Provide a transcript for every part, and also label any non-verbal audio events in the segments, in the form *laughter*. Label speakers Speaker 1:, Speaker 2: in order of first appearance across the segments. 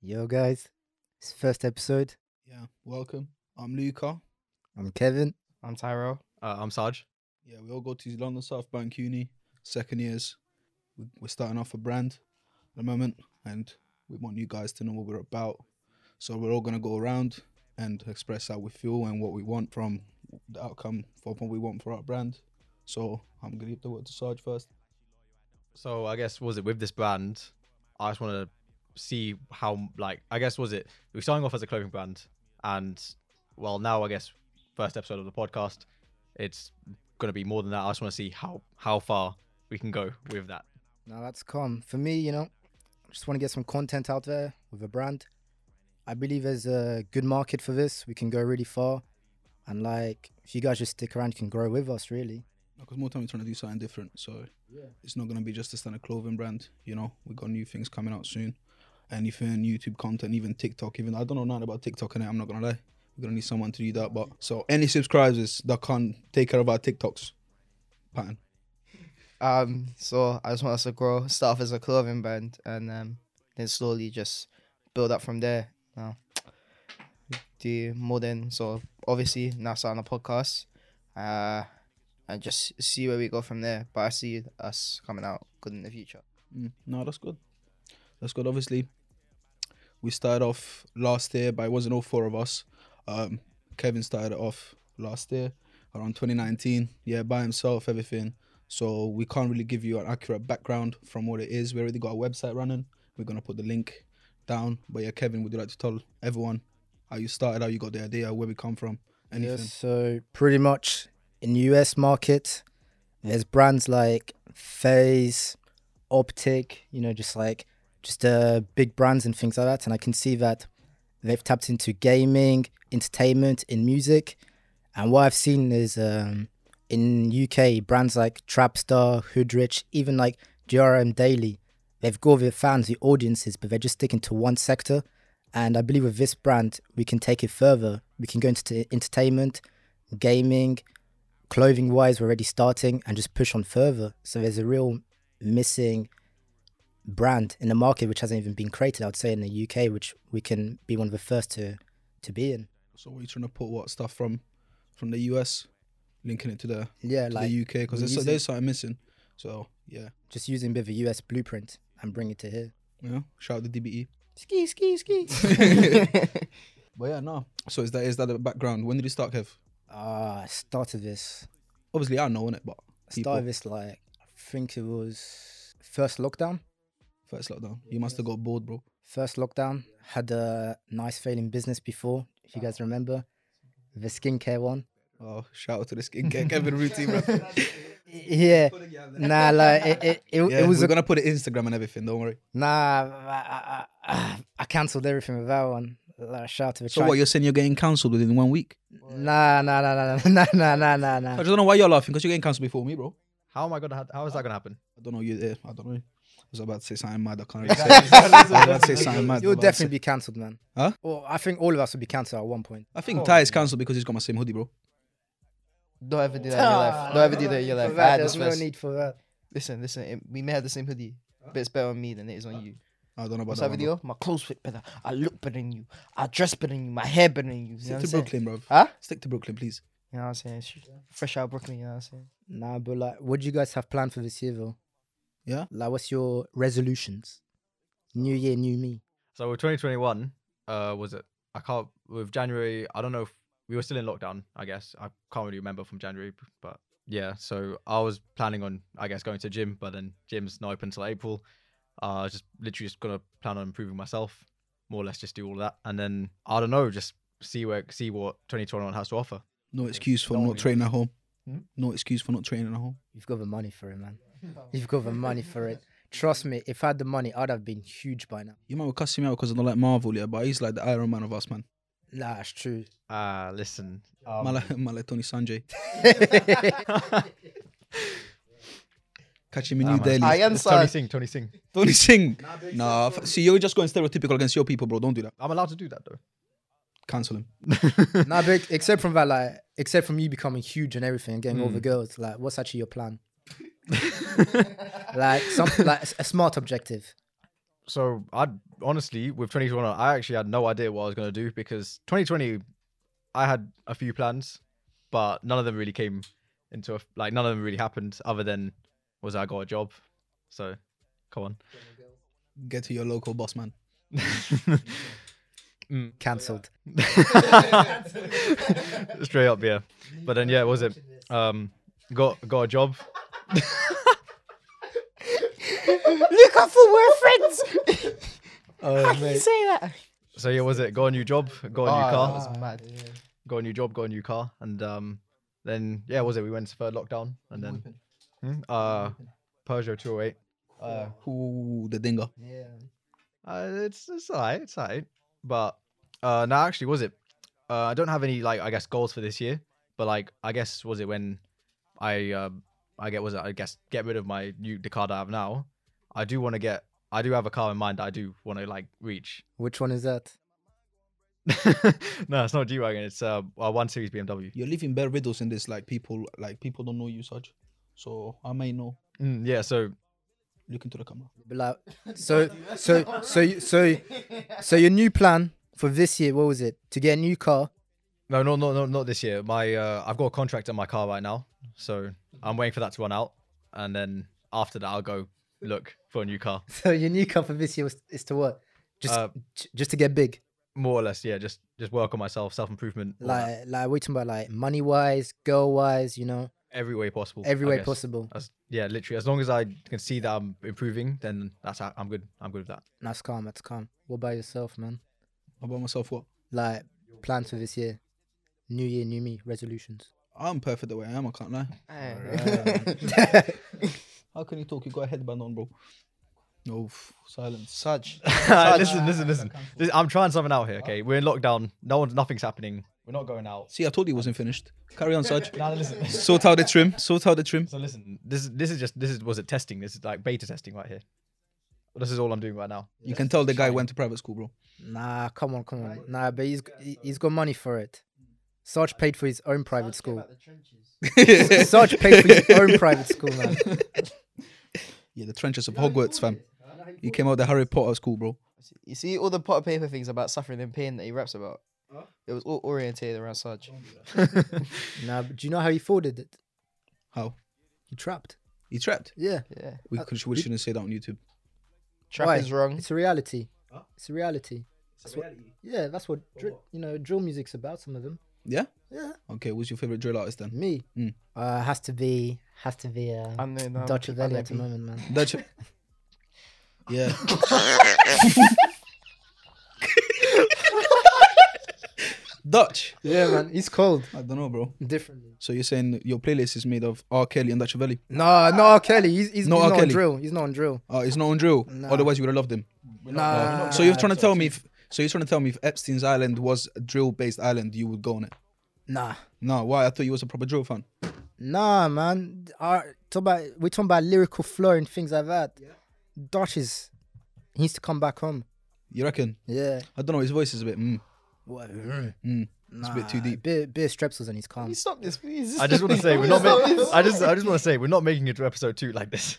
Speaker 1: Yo, guys. It's first episode.
Speaker 2: Yeah, welcome. I'm Luca.
Speaker 1: I'm Kevin.
Speaker 3: I'm Tyro.
Speaker 4: Uh, I'm Sarge.
Speaker 2: Yeah, we all go to London South Bank Uni, second years. We- We're starting off a brand at the moment, and we want you guys to know what we're about. So we're all gonna go around and express how we feel and what we want from the outcome for what we want for our brand. So I'm gonna give the word to Sarge first.
Speaker 4: So I guess was it with this brand? I just want to see how like I guess was it we're starting off as a clothing brand, and well now I guess first episode of the podcast, it's gonna be more than that. I just want to see how how far we can go with that.
Speaker 1: Now that's calm. For me, you know, I just want to get some content out there with a brand. I believe there's a good market for this. We can go really far. And like, if you guys just stick around, you can grow with us, really.
Speaker 2: Because more time we're trying to do something different, so it's not gonna be just a standard clothing brand. You know, we got new things coming out soon. Anything YouTube content, even TikTok. Even I don't know nothing about TikTok, and I'm not gonna lie. We're gonna need someone to do that. But so any subscribers that can take care of our TikToks, pattern.
Speaker 3: Um, so I just want us to grow, start off as a clothing brand, and um, then slowly just build up from there. Now, do more than so obviously now starting a podcast, uh, and just see where we go from there. But I see us coming out good in the future.
Speaker 2: Mm, no, that's good. That's good. Obviously, we started off last year, but it wasn't all four of us. Um, Kevin started it off last year, around 2019. Yeah, by himself, everything. So we can't really give you an accurate background from what it is. We already got a website running. We're gonna put the link down. But yeah, Kevin, would you like to tell everyone how you started, how you got the idea, where we come from, anything?
Speaker 1: Yeah, so pretty much in the US market, there's brands like Phase, Optic, you know, just like just uh, big brands and things like that. And I can see that they've tapped into gaming, entertainment, in music. And what I've seen is um, in UK brands like Trapstar, Hoodrich, even like GRM Daily, they've got their fans, the audiences, but they're just sticking to one sector. And I believe with this brand, we can take it further. We can go into t- entertainment, gaming, clothing wise, we're already starting and just push on further. So there's a real missing brand in the market which hasn't even been created, I would say, in the UK, which we can be one of the first to, to be in.
Speaker 2: So we're trying to put what stuff from from the US, linking it to the
Speaker 1: Yeah,
Speaker 2: to
Speaker 1: like
Speaker 2: the UK because
Speaker 1: we
Speaker 2: there's,
Speaker 1: use
Speaker 2: there's
Speaker 1: it-
Speaker 2: something missing. So yeah,
Speaker 1: just using a bit of a US blueprint and bring it to here.
Speaker 2: yeah. Shout out to E. DBE.
Speaker 1: *laughs*
Speaker 2: *laughs*
Speaker 1: Ski, ski, ski. *laughs*
Speaker 2: But yeah, no. So is that is that the background? When did you start, Kev?
Speaker 1: Ah, I started this.
Speaker 2: Obviously, I know it, but
Speaker 1: I
Speaker 2: people-
Speaker 1: started this like, I think it was first lockdown.
Speaker 2: first lockdown, you must have got bored, bro.
Speaker 1: first lockdown had a nice failing business before if you guys remember the skincare one
Speaker 2: Oh, shout out to the
Speaker 1: *laughs*
Speaker 2: skincare Kevin routine. bro.
Speaker 1: yeah nah like it, it, it,
Speaker 2: Yeah,
Speaker 1: it was
Speaker 2: we're
Speaker 1: a,
Speaker 2: gonna put it Instagram and everything. Don't worry.
Speaker 1: nah I, I- I, *sighs* I cancelled everything with that one like, shout out to the
Speaker 2: So
Speaker 1: Chi-
Speaker 2: what you're saying? You're getting cancelled within one week?
Speaker 1: nah nah nah *laughs* nah nah nah nah nah
Speaker 2: I
Speaker 1: nah
Speaker 2: just don't know why you're laughing because you're getting cancelled before me, bro.
Speaker 4: How am I gonna? Ha- how is that gonna happen?
Speaker 2: I don't know you. there. I don't know. I was about to say something mad. I
Speaker 1: *laughs*
Speaker 2: can't really say.
Speaker 4: Exactly.
Speaker 2: I was about to say something mad.
Speaker 1: you'll
Speaker 2: but I was-
Speaker 1: definitely be cancelled man
Speaker 2: Huh?
Speaker 1: well I think all of us will be cancelled at one point
Speaker 2: I think Ty is cancelled because he's got my same hoodie, bro.
Speaker 3: Don't ever do that in your life. Don't ever do that in your
Speaker 1: For
Speaker 3: life. I
Speaker 1: that,
Speaker 3: had
Speaker 1: Ah. there's
Speaker 3: this
Speaker 1: no
Speaker 3: first.
Speaker 1: need for that
Speaker 3: Listen, listen. It, we may have the same hoodie, but it's better on me than it is on you.
Speaker 2: I don't know about
Speaker 3: What's
Speaker 2: that.
Speaker 3: that
Speaker 2: one,
Speaker 3: video? My clothes fit better. I look better than you. I dress better than you. My hair better than you. You
Speaker 2: bro.
Speaker 3: know what
Speaker 2: Stick to
Speaker 3: I'm
Speaker 2: Brooklyn,
Speaker 3: saying?
Speaker 2: bro.
Speaker 3: Huh?
Speaker 2: Stick to Brooklyn, please.
Speaker 3: You know what I'm saying? Sh- Fresh out of Brooklyn, you know what I'm saying?
Speaker 1: nah but like what do you guys have planned for this year though
Speaker 2: Yeah? Uh.
Speaker 1: like what's your resolutions new year new me
Speaker 4: So with 2021, uh, was it? I can't. With January, I don't know. if We were still in lockdown, I guess. I can't really remember from January, b- but yeah. So I was planning on, I guess, going to gym, but then gym's not open till April. Uh, I was just literally just gonna plan on improving myself, more or less, just do all that, and then I don't know, just see where, see what 2021 has to offer.
Speaker 2: No excuse for
Speaker 4: Don't
Speaker 2: not
Speaker 4: worry.
Speaker 2: training at home.
Speaker 3: Hmm?
Speaker 2: No excuse for not training at home.
Speaker 1: You've got the money for it, man. You've got the money for it. Trust me, if I had the money, I'd have been huge by now.
Speaker 2: You might be cussing me out because I don't like Marvel, yeah, but he's like the Iron Man of us, man.
Speaker 1: Nah, that's true.
Speaker 4: Ah, listen.
Speaker 2: Um,
Speaker 4: Um,
Speaker 2: Mala, Mala Tony
Speaker 4: *laughs*
Speaker 2: Sanjay. Catch him in
Speaker 4: Ah,
Speaker 2: New
Speaker 4: man.
Speaker 2: Delhi.
Speaker 3: I am
Speaker 4: it's Tony
Speaker 3: sorry.
Speaker 4: Singh. Tony Singh.
Speaker 2: Tony Singh. Nah, f- see, you're just going stereotypical against your people, bro. Don't do that.
Speaker 4: I'm allowed to do that though.
Speaker 2: Cancel him.
Speaker 1: *laughs* nah, but except from that, like, except from you becoming huge and everything and getting all the girls, like, what's actually your plan? like, something like a s- a smart objective.
Speaker 4: so I'd honestly, with 2021, I actually had no idea what I was going to do because 2020, I had a few plans, but none of them really came into a, like none of them really happened other than was I got a job. So, come on. *laughs*
Speaker 2: Get to your local boss man.
Speaker 4: Mm.
Speaker 1: Cancelled.
Speaker 4: Straight up, yeah. But then, yeah, was it? Um, got got a job.
Speaker 3: *laughs* Look out for we're friends. *laughs*
Speaker 1: Oh, mate.
Speaker 3: Say that.
Speaker 4: So yeah, was it? Got a new job, got a new car,
Speaker 3: Ah, That was mad.
Speaker 4: got a new job, got a new car, and um, then yeah, was it? We went to third lockdown, and then Hmm? uh, Peugeot 208. Uh,
Speaker 2: Oh, Ooh, the dinger.
Speaker 1: Yeah.
Speaker 4: Uh, it's it's alright, it's alright. But uh, no, actually, was it? Uh, I don't have any like I guess goals for this year, but like I guess was it when I um I get was it, I guess get rid of my new the car that I have now. I do want to get I do have a car in mind that I do want to like reach. *laughs*
Speaker 1: Which one is that?
Speaker 4: no, it's not G wagon. It's uh a one series BMW.
Speaker 2: You're leaving bare riddles in this. Like people, like people don't know you, such. So I may know.
Speaker 4: Mm, yeah, so
Speaker 2: Look into the camera.
Speaker 1: But like, so, so, so, you- so, so your new plan for this year, what was it? To get a new car. *laughs*
Speaker 4: No, no, no, no, not this year. My uh, I've got a contract on my car right now, so I'm waiting for that to run out, and then after that I'll go look for a new car.
Speaker 1: So your new car for this year was, is to what? Just,
Speaker 4: Uh,
Speaker 1: j- just to get big.
Speaker 4: More or less, yeah. Just just work on myself, self improvement, like
Speaker 1: Like, like we're talking about like money wise, girl wise, you know,
Speaker 4: every way possible.
Speaker 1: every
Speaker 4: I
Speaker 1: way
Speaker 4: guess.
Speaker 1: possible.
Speaker 4: As, yeah, literally. As long as I can see that I'm improving, then that's how, I'm good. I'm good with that.
Speaker 1: That's calm. That's calm. What about yourself, man?
Speaker 2: About myself, what?
Speaker 1: Like plans for this year, new year, new me, *laughs* resolutions.
Speaker 2: I'm perfect the way I am. I can't lie. How can you talk? You got a headband on, bro. No f- silence.
Speaker 3: Such.
Speaker 4: listen, listen, listen. This- I'm trying something out here. Okay, we're in lockdown. No one's, nothing's happening. We're not going out.
Speaker 2: See, I told you it wasn't finished. Carry on, *laughs* Saj.
Speaker 4: Now listen. *laughs*
Speaker 2: sort out the trim. Sort out the trim.
Speaker 4: So listen, this is this is just this is was it testing? This is like beta testing right here. This is all I'm doing right now.
Speaker 2: You can tell the guy went to private school, bro. *laughs*
Speaker 1: Nah, come on, come on. Nah, but he's he- he's got money for it. Sarge paid for his own private school. Sarge paid for his own private school, *laughs* man.
Speaker 2: Yeah, the trenches of Hogwarts, fam. You came out the Harry Potter school, bro.
Speaker 3: *laughs* You see all the pot of paper things about suffering and pain that he raps about. It was all orientated around Sarge.
Speaker 1: Nah, but do you know how he folded it?
Speaker 2: How?
Speaker 1: He trapped.
Speaker 2: You trapped.
Speaker 1: Yeah.
Speaker 3: Yeah.
Speaker 1: Uh,
Speaker 2: We, could, we shouldn't say that on YouTube.
Speaker 3: Trap
Speaker 1: Why?
Speaker 3: is wrong.
Speaker 1: It's a reality. It's a reality. That's what- yeah, that's what, dr- you know drill music's about. Some of them.
Speaker 2: Yeah.
Speaker 1: Yeah.
Speaker 2: Okay. What's your favorite drill artist
Speaker 1: *laughs*
Speaker 2: then?
Speaker 1: Me.
Speaker 2: Mm.
Speaker 1: Uh, has to be has to be uh,
Speaker 3: Unknown arm-
Speaker 1: Dutch of
Speaker 3: unknown
Speaker 1: at the
Speaker 3: people.
Speaker 1: moment, man.
Speaker 2: That's
Speaker 1: *laughs*
Speaker 2: yeah. *laughs* Dutch.
Speaker 1: yeah, man. He's cold.
Speaker 2: I don't know, bro.
Speaker 1: Differently.
Speaker 2: So you're saying your playlist is made of R. Kelly and Dutch Valley?
Speaker 1: No, no, R. Kelly. He's, he's,
Speaker 2: No
Speaker 1: he's
Speaker 2: R.
Speaker 1: not on
Speaker 2: Kelly.
Speaker 1: drill. He's not on drill.
Speaker 2: Oh, it's not on drill.
Speaker 1: Nah. Uh,
Speaker 2: Otherwise, you would have loved him.
Speaker 1: Nah.
Speaker 2: so you're trying to tell me? If, so you're trying to tell me if Epstein's Island was a drill-based island, you would go on it?
Speaker 1: Nah.
Speaker 2: No, why? I thought you was a proper drill fan.
Speaker 1: Nah, man. Our, talk about we're talking about lyrical flow and things like that. Dutch is he needs to come back home.
Speaker 2: You reckon?
Speaker 1: Yeah.
Speaker 2: I don't know. His voice is a bit. Mm.
Speaker 1: What?
Speaker 2: Mm.
Speaker 1: Nah,
Speaker 2: bit too deep.
Speaker 1: Beer, beer strepsils and he's calm.
Speaker 3: Can you stop this, please?
Speaker 4: I just want to say we're not. Ma- I just I just want to say we're not making it to episode two like this.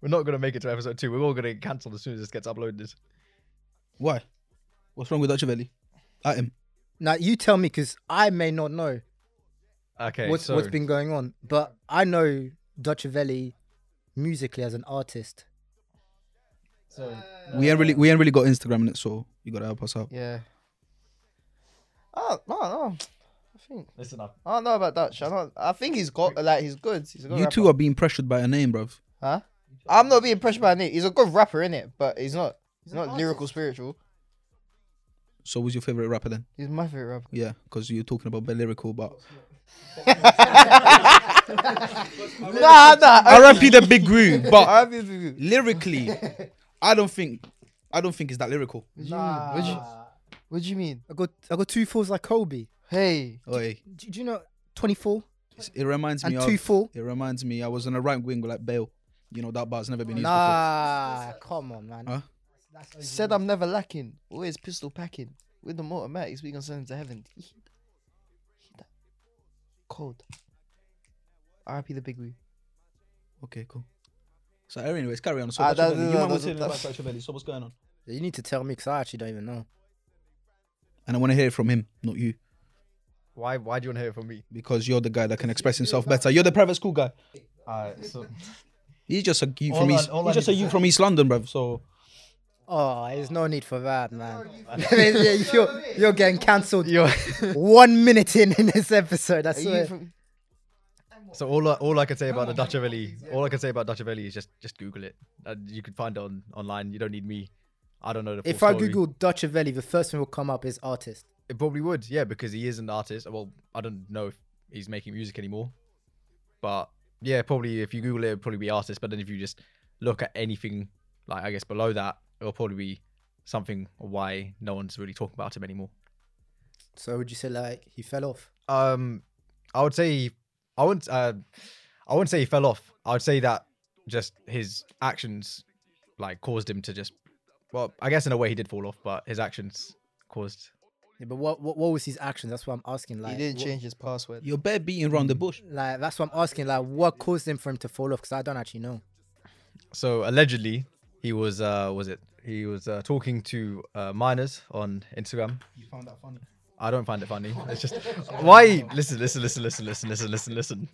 Speaker 4: We're not gonna make it to episode two. We're all gonna get cancelled as soon as this gets uploaded.
Speaker 2: Why? What's wrong with Dutch Valley? At him.
Speaker 1: Now you tell me, because I may not know
Speaker 4: Okay,
Speaker 1: what's
Speaker 4: so
Speaker 1: what's been going on, but I know Docevelli musically as an artist.
Speaker 2: we ain't really, we ain't really got Instagram in it, so you gotta help us out.
Speaker 3: Yeah. Oh no, no. I think
Speaker 4: listen up.
Speaker 3: I don't know about Dutch. I don't. I think he's got like he's good. He's a good
Speaker 2: You
Speaker 3: rapper.
Speaker 2: two are being pressured by a name, bruv.
Speaker 3: Huh? I'm not being pressured by Nick. He's a good rapper, innit? But he's not. He's not lyrical spiritual.
Speaker 2: So who's your favorite rapper then?
Speaker 3: He's my favorite rapper.
Speaker 2: Yeah, because you're talking about bare lyrical, but
Speaker 3: Nah, nah.
Speaker 2: R.I.P. the Big Groove. *laughs*
Speaker 3: *laughs*
Speaker 2: But
Speaker 3: R&B, baby.
Speaker 2: lyrically, I don't think, I don't think it's that lyrical.
Speaker 3: What do you mean? What do you, what do you mean?
Speaker 1: I got I got two fours like Colby.
Speaker 3: Hey,
Speaker 2: Oi,
Speaker 1: Do, do you know twenty four
Speaker 2: it's- it reminds me
Speaker 1: and
Speaker 2: of.
Speaker 1: two four?
Speaker 2: It reminds me, I was on a right wing with like Bale. You know that bar's never been used before.
Speaker 1: Nah, come on, man.
Speaker 2: Huh?
Speaker 3: said I'm never lacking. Always pistol packing. With them automatics, we gonna send him to heaven. He- he that Cold. R.I.P. the big wee.
Speaker 2: Okay, cool. So, anyways, carry on. So,
Speaker 3: Ah,
Speaker 2: Dutch
Speaker 3: that-
Speaker 2: Valley,
Speaker 3: that-
Speaker 2: you man
Speaker 3: that-
Speaker 2: was telling me about
Speaker 3: that's-
Speaker 2: Dutch Valley, So, what's going on?
Speaker 1: You need to tell me because I actually don't even know.
Speaker 2: And I want to hear it from him, not you,
Speaker 4: Why? Why do you want to hear it from me?
Speaker 2: because you're the guy that can express himself better. You're the private school guy.
Speaker 4: Alright, so
Speaker 2: He's just a you
Speaker 4: All
Speaker 2: from
Speaker 4: I-
Speaker 2: East.
Speaker 4: all I
Speaker 2: He's just
Speaker 4: need
Speaker 2: a
Speaker 4: to
Speaker 2: you
Speaker 4: say-
Speaker 2: from East London, bruv. So
Speaker 1: Oh, there's no need for that, man. *laughs* you're, you're getting cancelled
Speaker 3: *laughs* Yo,
Speaker 1: *laughs* one minute in in this episode. That's
Speaker 3: you
Speaker 1: it.
Speaker 3: from?
Speaker 4: so all I, all I could say about the Dutch of Ellie, all I could say about Dutch of Ellie is just just Google it. Uh, you can find it on online. You don't need me. I don't know the.
Speaker 1: If
Speaker 4: full
Speaker 1: I
Speaker 4: story.
Speaker 1: Google Docevelli, the first thing will come up is artist.
Speaker 4: it probably would, yeah, because he is an artist. Well, I don't know if he's making music anymore, but yeah, probably if you Google it, it'd probably be artist. But then if you just look at anything, like I guess below that, it'll probably be something why no one's really talking about him anymore.
Speaker 1: So would you say like he fell off?
Speaker 4: Um, I would say I wouldn't. Uh, I wouldn't say he fell off. I would say that just his actions, like, caused him to just. Well, I guess in a way he did fall off, but his actions caused.
Speaker 1: Yeah, but what, what what was his actions? That's what I'm asking. Like
Speaker 3: He didn't
Speaker 1: wha-
Speaker 3: change his password.
Speaker 2: you're bare beating around the bush.
Speaker 1: Like that's what I'm asking. Like what caused him for him to fall off? Because I don't actually know.
Speaker 4: So allegedly, he was uh was it? He was uh, talking to uh, minors on Instagram.
Speaker 2: You found that funny.
Speaker 4: I don't find it funny. It's just why listen, listen, listen, listen, listen, listen, listen, listen.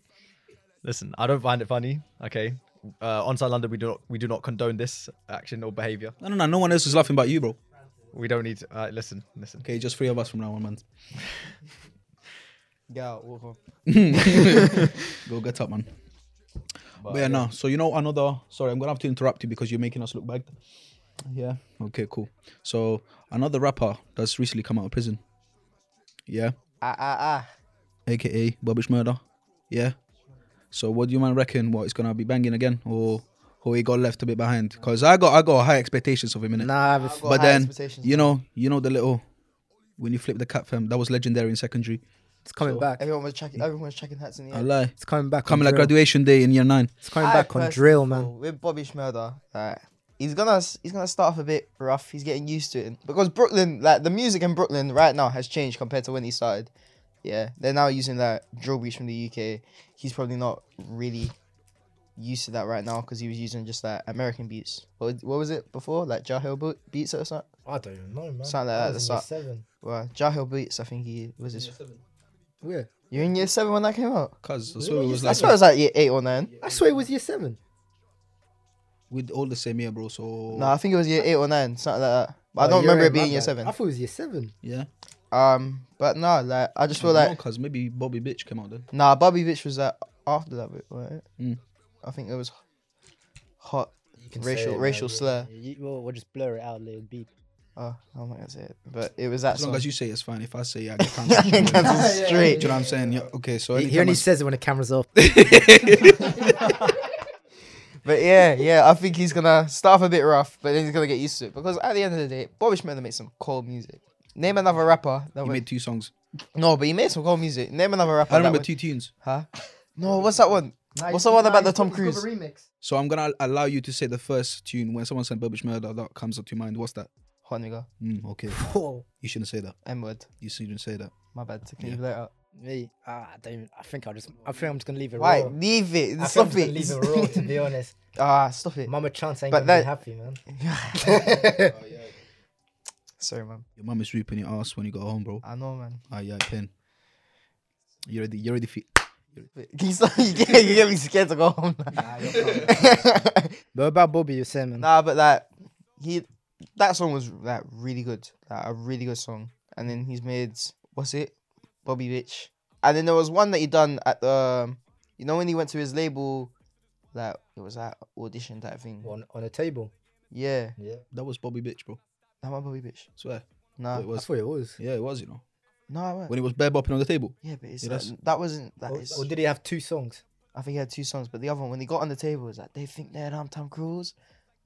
Speaker 4: Listen, I don't find it funny. Okay, uh, on Site London, we do not we do not condone this action or behavior.
Speaker 2: No, no, no. No one else is laughing but you, bro.
Speaker 4: We don't need. To, uh, listen, listen.
Speaker 2: Okay, just three of us from now on, man.
Speaker 3: Get out, walk off.
Speaker 2: Go get up, man. But, yeah, no. So you know another. Sorry, I'm gonna have to interrupt you because you're making us look bad. Yeah. Okay. Cool. So another rapper that's recently come out of prison. Yeah.
Speaker 3: Ah ah ah.
Speaker 2: AKA Bubbish Murder. Yeah. So what do you man reckon? What it's gonna be banging again, or or he got left a bit behind? Cause I got I got high expectations of him in it.
Speaker 1: Nah, the f-
Speaker 3: got
Speaker 2: but
Speaker 3: high
Speaker 2: then
Speaker 3: expectations,
Speaker 2: you know you know the little when you flip the cap fam that was legendary in secondary.
Speaker 1: it's coming back.
Speaker 3: Everyone was checking. Everyone was checking hats in the
Speaker 2: I
Speaker 3: air.
Speaker 2: lie.
Speaker 1: It's coming back.
Speaker 2: Coming
Speaker 1: on
Speaker 2: like
Speaker 1: drill.
Speaker 2: graduation day in year nine.
Speaker 1: It's coming
Speaker 3: I
Speaker 1: back on
Speaker 3: personally
Speaker 1: drill, man.
Speaker 3: feel With Bobby Schmelder, like, he's gonna he's gonna start off a bit rough. He's getting used to it because Brooklyn, like the music in Brooklyn right now has changed compared to when he started. Yeah, they're now using like drill beats from the UK. He's probably not really used to that right now because he was using just like American beats. What, what was it before? Like Jahil bo- beats or something?
Speaker 1: I don't even know, man.
Speaker 3: Sound like I that at was the in year start.
Speaker 1: Seven.
Speaker 3: Well, Jahil beats. I think he was his.
Speaker 1: Yeah.
Speaker 3: You're in year seven when that came out.
Speaker 2: Cause that's what it was
Speaker 3: I
Speaker 2: like
Speaker 3: swear it was like year eight or nine.
Speaker 1: I swear it was year seven.
Speaker 2: with all the same year, bro. So
Speaker 3: No, I think it was year eight or nine, something like that. But I
Speaker 1: Oh,
Speaker 3: don't remember it being year seven.
Speaker 1: I thought it was year seven.
Speaker 2: yeah.
Speaker 3: Um, but no, like I just feel like
Speaker 2: because maybe Bobby Bitch came out then.
Speaker 3: nah, Bobby Bitch was like after that bit, right?
Speaker 2: Mm.
Speaker 3: I think it was hot racial racial slur.
Speaker 1: You, well, we'll just blur it out a little bit.
Speaker 3: Oh, I'm not gonna say it, but it was that
Speaker 2: As long
Speaker 3: song. *laughs*
Speaker 2: as you say it's fine. If I say yeah, I get
Speaker 3: I think
Speaker 2: cancelled.
Speaker 3: that's
Speaker 2: Do
Speaker 3: straight.
Speaker 2: you know what I'm saying? Yeah. Okay. So
Speaker 1: He,
Speaker 2: anytime
Speaker 1: only
Speaker 2: I-
Speaker 1: says it when the camera's off.
Speaker 3: But yeah, yeah, I think he's gonna start off a bit rough, but then he's gonna get used to it because at the end of the day, Bobby Schmender made some cold music. Name another rapper that
Speaker 2: *laughs* he
Speaker 3: went,
Speaker 2: made two
Speaker 3: *laughs*
Speaker 2: songs.
Speaker 3: no, but he made some cold music. Name another rapper.
Speaker 2: I remember
Speaker 3: that
Speaker 2: two tunes.
Speaker 3: went, huh? No, what's that one? What's the one about the Tom Cruise?
Speaker 1: remix?
Speaker 2: So I'm gonna allow you to say the first tune when someone said Bobby Murder that comes up to your mind. What's that?
Speaker 3: Hold on, we go.
Speaker 2: Mm, okay.
Speaker 1: Whoa.
Speaker 2: You shouldn't say that.
Speaker 3: M word.
Speaker 2: You shouldn't say that.
Speaker 3: My bad. Can
Speaker 2: Yeah.
Speaker 3: you let it out?
Speaker 1: *laughs* Me, ah, I don't. Even, I think I'll just. I think I'm just gonna leave it.
Speaker 2: Oh.
Speaker 3: Why?
Speaker 1: raw.
Speaker 3: Leave it.
Speaker 1: I
Speaker 3: stop
Speaker 1: think I'm
Speaker 3: it.
Speaker 1: just
Speaker 3: *laughs*
Speaker 1: gonna leave it raw. To be honest,
Speaker 3: ah, stop it.
Speaker 1: Mama Chance ain't
Speaker 3: But
Speaker 1: gonna
Speaker 3: that-
Speaker 1: be happy, man.
Speaker 3: *laughs* Sorry, man.
Speaker 2: Your mum is reaping your ass when you go home, bro.
Speaker 3: I know, man.
Speaker 2: Ah, yeah, pen. You already, you already feel.
Speaker 3: Wait, *laughs* Can you stop? You get, you get me scared to go home.
Speaker 1: But about Bobby, you're saying, man.
Speaker 3: *laughs* nah, but like he, that song was like really good. Like a really good song. And then he's made what's it, Bobby Bitch. And then there was one that he done at the, um, you know, when he went to his label, like it was that audition type thing.
Speaker 1: On on a table.
Speaker 3: Yeah,
Speaker 1: Yeah.
Speaker 2: That was Bobby Bitch, bro.
Speaker 3: that my Bobby Bitch.
Speaker 2: Swear.
Speaker 3: Nah,
Speaker 2: it
Speaker 1: I
Speaker 2: was.
Speaker 1: thought it was.
Speaker 2: Yeah, it was. You know,
Speaker 3: no, I won't.
Speaker 2: when he was bare bopping on the table.
Speaker 3: Yeah, but it's
Speaker 2: Yeah,
Speaker 3: like-
Speaker 2: that's-
Speaker 3: that wasn't that
Speaker 1: Or,
Speaker 3: is.
Speaker 1: or did he have two songs?
Speaker 3: I think he had two songs, but the other one when he got on the table it was like they think that I'm Tom Cruise.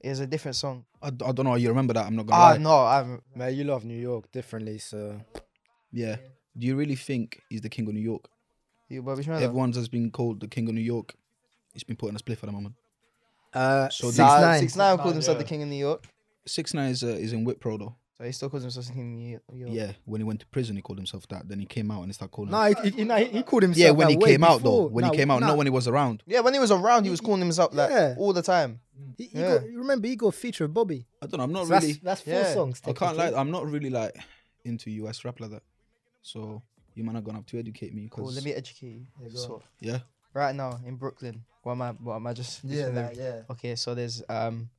Speaker 3: It was a different song.
Speaker 2: I, d- I don't know. how You remember that? I'm not gonna
Speaker 3: Ah
Speaker 2: lie.
Speaker 3: no, I'm
Speaker 1: Man, you love New York differently, so
Speaker 2: Yeah. Do you really think he's the king of New York?
Speaker 3: you Bobby Schmurda.
Speaker 2: Everyone has been called the king of New York. He's been putting a spliff at the moment.
Speaker 1: uh,
Speaker 2: So
Speaker 1: six
Speaker 2: the-
Speaker 3: nah,
Speaker 1: nine.
Speaker 3: six nine called
Speaker 4: Six-Nine,
Speaker 3: himself the
Speaker 4: yeah.
Speaker 3: king of New York.
Speaker 2: Six nine is uh, is in Whitpro though.
Speaker 3: So he still calls himself Sixteen Year Year Old.
Speaker 2: Yeah, when he went to prison, he called himself that. Then he came out and he started calling.
Speaker 1: No,
Speaker 2: him-
Speaker 1: he, he, no, he- he called himself.
Speaker 2: yeah, when
Speaker 1: that
Speaker 2: he
Speaker 1: way
Speaker 2: came out though,
Speaker 1: before.
Speaker 2: when
Speaker 1: No,
Speaker 2: he came out,
Speaker 1: no,
Speaker 2: not when he was around.
Speaker 3: Yeah, when he was around, he was calling himself like
Speaker 1: Yeah.
Speaker 3: all the time.
Speaker 1: He, he
Speaker 3: Yeah.
Speaker 1: got, you remember he got a feature of Bobby.
Speaker 2: I don't know. I'm not
Speaker 1: So
Speaker 2: really.
Speaker 1: that's, that's four
Speaker 3: Yeah.
Speaker 1: songs.
Speaker 2: I can't lie.
Speaker 1: technically.
Speaker 2: I'm not really like into US rap like that. So you might not gonna have to educate me.
Speaker 3: Cool.
Speaker 2: Cause
Speaker 3: Let me educate you. So,
Speaker 2: yeah,
Speaker 3: right now in Brooklyn, what am I? What am I just?
Speaker 1: Yeah,
Speaker 3: just-
Speaker 1: like, yeah.
Speaker 3: Okay, so there's um.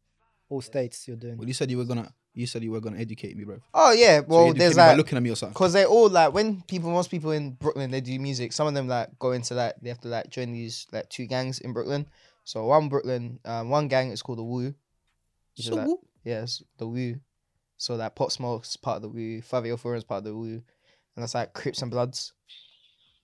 Speaker 1: All states you're doing.
Speaker 2: well you said you were gonna. You said you were gonna educate me, bro.
Speaker 3: Oh yeah,
Speaker 2: So you
Speaker 3: well
Speaker 2: educate
Speaker 3: there's
Speaker 2: me by
Speaker 3: like
Speaker 2: looking at me or something.
Speaker 3: Because they all like when people, most people in Brooklyn, they do music. Some of them like go into like they have to like join these like two gangs in Brooklyn. So one Brooklyn, um, one gang is called the Woo. Which is, like, yes, the Woo. So like Pop Smoke's part of the Woo, Five Eight Four is part of the Woo, and that's like Crips and Bloods.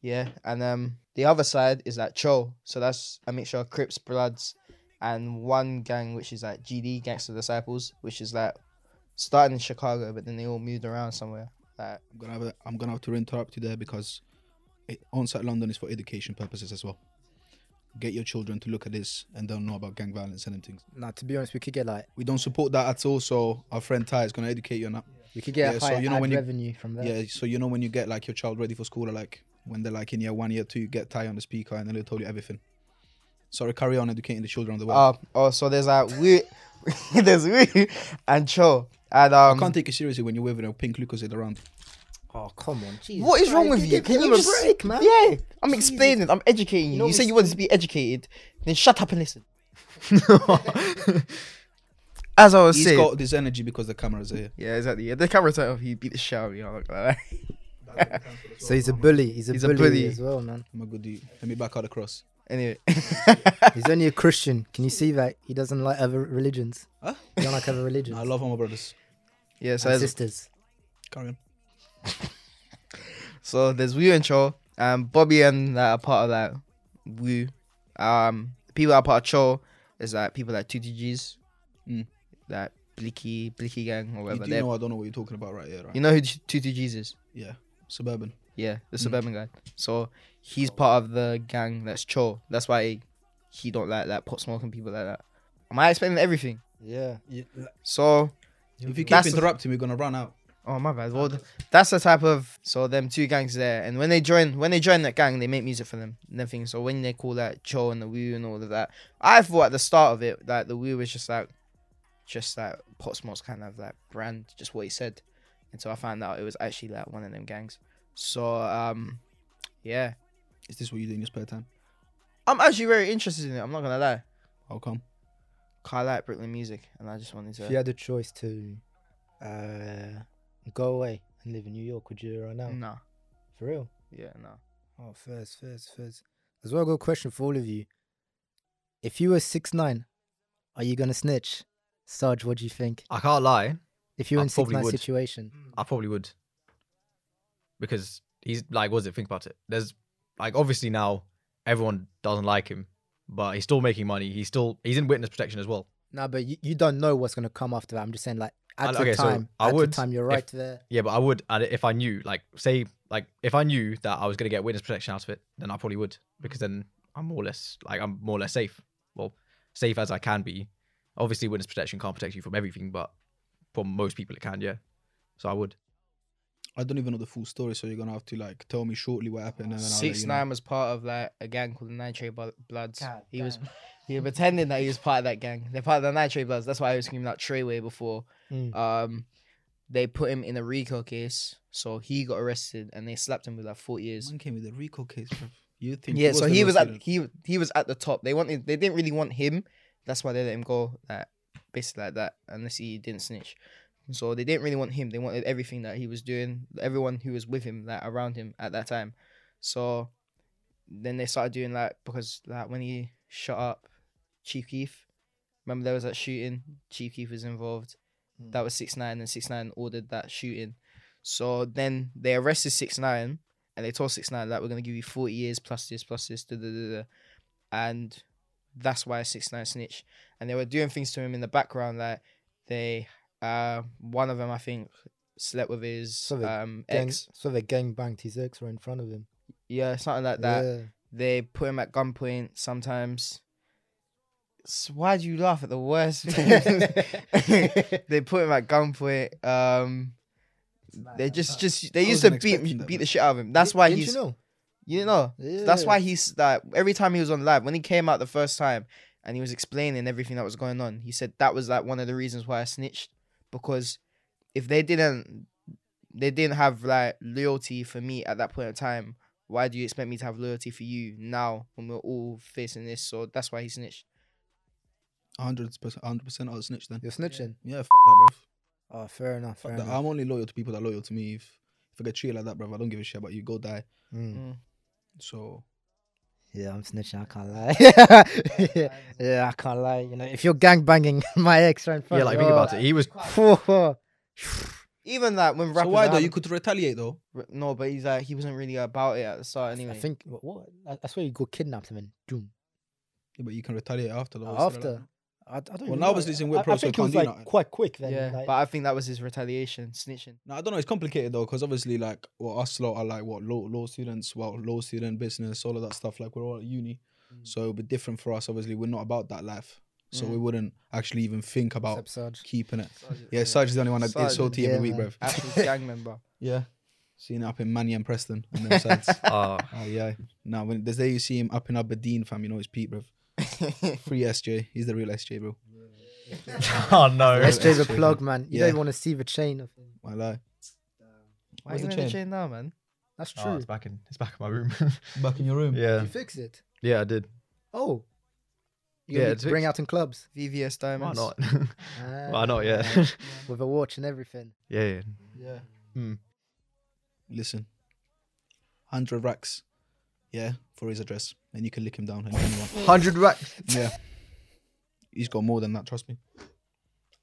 Speaker 3: Yeah, and um, the other side is like Cho. So that's a mixture of Crips, Bloods, and one gang which is like GD, Gangster Disciples, which is like starting in Chicago, but then they all moved around somewhere. Like
Speaker 2: I'm gonna have. A, I'm gonna have to interrupt you there because it, onsite London is for education purposes as well. Get your children to look at this and don't know about gang violence and things.
Speaker 1: Nah, to be honest, we could get like
Speaker 2: We don't support that at all. So our friend Ty is gonna educate you on that.
Speaker 1: we could get
Speaker 2: Yeah,
Speaker 1: a
Speaker 2: so
Speaker 1: higher
Speaker 2: you know
Speaker 1: ad
Speaker 2: when you-
Speaker 1: revenue from that.
Speaker 2: Yeah, so you know when you get like your child ready for school, or like when they're like in year one, year two, you get Ty on the speaker and then they'll tell you everything. Sorry, carry on educating the children of the world.
Speaker 3: Oh, oh, so there's like we, *laughs* there's we and Cho and um.
Speaker 2: I can't take it seriously when you're waving a pink Lucozade around.
Speaker 1: Oh come on, Jesus
Speaker 3: what is wrong
Speaker 1: Christ,
Speaker 3: with you?
Speaker 1: give-
Speaker 3: Can
Speaker 1: give
Speaker 3: you
Speaker 1: him
Speaker 3: just
Speaker 1: a *laughs* break, man?
Speaker 3: Yeah, I'm
Speaker 1: Jesus.
Speaker 3: explaining. I'm educating you.
Speaker 1: know
Speaker 3: You say
Speaker 1: we-
Speaker 3: you want to be educated, then shut up
Speaker 1: *laughs*
Speaker 3: and listen. As I was
Speaker 2: He's
Speaker 3: saying,
Speaker 2: got this energy because the cameras are here.
Speaker 3: yeah, exactly. Yeah, the camera turned off. He beat the shit out of me. I'm not gonna lie. *laughs*
Speaker 1: So he's a bully. He's a,
Speaker 3: He's a
Speaker 1: bully,
Speaker 3: bully.
Speaker 1: as well, man.
Speaker 2: I'm a good dude. Let me back out across.
Speaker 3: Anyway, *laughs*
Speaker 1: He's only a Christian. Can you see that he doesn't like other religions?
Speaker 2: Huh?
Speaker 1: He don't like
Speaker 2: *laughs*
Speaker 1: other religions.
Speaker 2: I love all my brothers.
Speaker 3: yeah. So
Speaker 1: and
Speaker 3: there's,
Speaker 1: sisters.
Speaker 2: Carry on.
Speaker 3: so there's Wu and Cho, and Bobby and that are part of that Wu. Um, people that are part of Cho is like people like Two TGs,
Speaker 2: Mm.
Speaker 3: like Blicky, Blicky Gang or
Speaker 2: You
Speaker 3: whatever.
Speaker 2: do
Speaker 3: They're
Speaker 2: know I don't know what you're talking about right here, right?
Speaker 3: You know who Two Two G's is?
Speaker 2: yeah. Suburban.
Speaker 3: Yeah, the
Speaker 2: Mm.
Speaker 3: suburban guy. So he's part of the gang that's Cho. That's why he, he don't like that pot smoking people like that. Am I explaining everything?
Speaker 1: Yeah.
Speaker 3: So
Speaker 2: If you keep
Speaker 3: That's the-
Speaker 2: interrupting, we're gonna run out.
Speaker 3: oh my bad. Well, that's the type of so them two gangs there. And when they join, when they join that gang, they make music for them and everything. So when they call that Cho and the Woo and all of that, I thought at the start of it that the Woo was just like, just like pot smokes kind of like brand, just what he said. Until I found out it was actually like one of them gangs. So um, yeah.
Speaker 2: Is this what you do in your spare time?
Speaker 3: I'm actually very interested in it. I'm not gonna lie.
Speaker 2: How come?
Speaker 3: 'Cause I like Brooklyn music, and I just wanted
Speaker 1: If you
Speaker 3: to.
Speaker 1: had a choice to uh, go away and live in New York, would you right now?
Speaker 3: No.
Speaker 1: For real?
Speaker 3: Yeah. No.
Speaker 1: Oh, first, first, first. As well, I got a question for all of you. If you were six nine, are you gonna snitch? Sarge, what do you think?
Speaker 4: I can't lie.
Speaker 1: If you were
Speaker 4: I
Speaker 1: in six
Speaker 4: probably
Speaker 1: nine
Speaker 4: would. Mm.
Speaker 1: situation,
Speaker 4: I probably would. Because he's like, was it? Think about it. There's like obviously now everyone doesn't like him, but he's still making money. He's still he's in witness protection as well.
Speaker 1: nah, but you, you don't know what's gonna come after that. I'm just saying, like at
Speaker 4: And-
Speaker 1: the
Speaker 4: okay, so
Speaker 1: time,
Speaker 4: I
Speaker 1: at
Speaker 4: would
Speaker 1: the time, you're
Speaker 4: if-
Speaker 1: right there.
Speaker 4: Yeah, but I would and if I knew, like, say, like if I knew that I was gonna get witness protection out of it, then I probably would because then I'm more or less like I'm more or less safe. Well, safe as I can be. Obviously, witness protection can't protect you from everything, but from most people it can. Yeah, so I would.
Speaker 2: I don't even know the full story, so you're gonna have to like tell me shortly what happened. And then I'll let
Speaker 3: Six
Speaker 2: you know.
Speaker 3: Nine was part of like a gang called the Nitrate Bu- Bloods.
Speaker 1: God
Speaker 3: he was
Speaker 1: damn.
Speaker 3: he was pretending that he was part of that gang. They're part of the Nitrate Bloods. That's why I was screaming out Treyway before.
Speaker 1: *laughs* Mm.
Speaker 3: Um, they put him in a Rico case, so he got arrested, and they slapped him with like forty years.
Speaker 2: Man came with a Rico case, bruv. You think?
Speaker 3: Yeah. So he was
Speaker 2: at.
Speaker 3: at he he was at the top. They wanted they didn't really want him. That's why they let him go. Like basically like that, unless he didn't snitch. So they didn't really want him. They wanted everything that he was doing, everyone who was with him, like around him at that time. So then they started doing like because like when he shut up Chief Keef, remember there was that shooting. Chief Keef was involved.
Speaker 1: Mm.
Speaker 3: That was six nine, and six nine ordered that shooting. So then they arrested six nine, and they told six nine that we're gonna give you forty years plus this plus this, da da da, da. and that's why six nine snitched. And they were doing things to him in the background, like they, uh, one of them I think slept with his
Speaker 1: So they
Speaker 3: um
Speaker 1: Gang,
Speaker 3: ex,
Speaker 1: so they gang banged his ex right in front of him.
Speaker 3: yeah, something like that. They put him at gunpoint sometimes. S- Why do you laugh at
Speaker 1: *laughs*
Speaker 3: the worst? *laughs* they put him at gunpoint. Um, they just, just they
Speaker 2: I
Speaker 3: used to
Speaker 2: wasn't
Speaker 3: beat
Speaker 2: expecting
Speaker 3: him,
Speaker 2: that,
Speaker 3: beat the
Speaker 2: man.
Speaker 3: shit out of him. That's why
Speaker 5: You
Speaker 3: he's
Speaker 5: know?
Speaker 3: You know, that's
Speaker 5: Yeah.
Speaker 3: why he's like every time he was on live when he came out the first time and he was explaining everything that was going on. He said that was like one of the reasons why I snitched because if they didn't, they didn't have like loyalty for me at that point in time. Why do you expect me to have loyalty for you now when we're all facing this? So that's why
Speaker 2: *laughs*
Speaker 3: he snitched. *sighs*
Speaker 2: hundred percent, hundred percent. I'll snitch then.
Speaker 5: You're snitching.
Speaker 2: Yeah, f- that, bruv.
Speaker 5: Oh, fair enough. Fair
Speaker 2: Fuck that.
Speaker 5: enough.
Speaker 2: I'm only loyal to people that are loyal to me. If, if I get treated like that, bruv, I don't give a shit about you. Go die.
Speaker 5: Mm.
Speaker 2: So
Speaker 5: Yeah, I'm snitching. I can't
Speaker 1: *laughs*
Speaker 5: lie. yeah, I can't lie. You know, if you're gang banging my ex right in front
Speaker 4: Yeah, like think about it. He was
Speaker 5: it.
Speaker 3: Even like when rappers
Speaker 2: so why
Speaker 3: are
Speaker 2: though? You
Speaker 3: having-
Speaker 2: could retaliate though.
Speaker 3: r- no, but he's like he wasn't really about it at the start anyway.
Speaker 1: I think what, what? I, I swear you go kidnapped him and doom.
Speaker 2: Yeah, but you can retaliate after though. instead of
Speaker 1: After,
Speaker 2: like-
Speaker 1: I, I don't.
Speaker 2: Well,
Speaker 1: even
Speaker 2: now
Speaker 1: know.
Speaker 2: obviously it's in
Speaker 1: I-
Speaker 2: Whip
Speaker 1: I,
Speaker 2: Pro,
Speaker 1: I
Speaker 2: so
Speaker 1: think
Speaker 2: it
Speaker 1: it was
Speaker 2: can't do
Speaker 1: like
Speaker 2: nothing.
Speaker 1: quite quick then.
Speaker 3: yeah,
Speaker 1: like,
Speaker 3: but I think that was his retaliation
Speaker 2: *laughs*
Speaker 3: snitching.
Speaker 2: No, I don't know. It's complicated though, because obviously, like, well, us lot are like what law, law students, well, law student business, all of that stuff. Like, we're all at uni, so it'll be different for us. Obviously, we're not about that life, so we wouldn't actually even think about
Speaker 1: Except
Speaker 4: *laughs*
Speaker 1: Sarge.
Speaker 2: keepting it. Yeah, Sarge is the only one that gets
Speaker 3: Sarge,
Speaker 2: OT every
Speaker 1: yeah,
Speaker 2: week,
Speaker 1: man.
Speaker 2: bruv.
Speaker 3: *laughs* Actual gang member.
Speaker 2: Yeah, seen it up in Manny and Preston and them sides.
Speaker 4: uh,
Speaker 2: Oh yeah. Now when there's day you see him up in Aberdeen, fam, you know it's Pete, bruv. Free SJ, he's the real SJ, bro.
Speaker 4: *laughs* oh no.
Speaker 1: SJ's a plug, man. You
Speaker 2: Yeah.
Speaker 1: don't even want to see the chain of.
Speaker 2: My lie.
Speaker 3: Why are
Speaker 2: Where's
Speaker 3: you
Speaker 2: the
Speaker 3: in the
Speaker 2: chain?
Speaker 3: chain now, man?
Speaker 1: That's
Speaker 4: Oh,
Speaker 1: true.
Speaker 4: it's back in it's back in my room. *laughs*
Speaker 2: Back in your room.
Speaker 4: yeah.
Speaker 1: you fix it.
Speaker 4: Yeah, I did.
Speaker 1: Oh. You
Speaker 4: Yeah,
Speaker 1: yeah,
Speaker 4: it's
Speaker 1: bring out in clubs.
Speaker 3: VVS
Speaker 4: Why
Speaker 3: Diamonds.
Speaker 4: not? *laughs*
Speaker 1: Ah,
Speaker 4: Why not? *laughs* Yeah.
Speaker 1: With a watch and everything.
Speaker 4: yeah, yeah.
Speaker 2: Yeah.
Speaker 4: Hmm.
Speaker 2: Listen. Hundred racks. Yeah, for his address. And you can lick him down anytime you want.
Speaker 4: Hundred racks.
Speaker 2: Yeah. He's got more than that, trust me.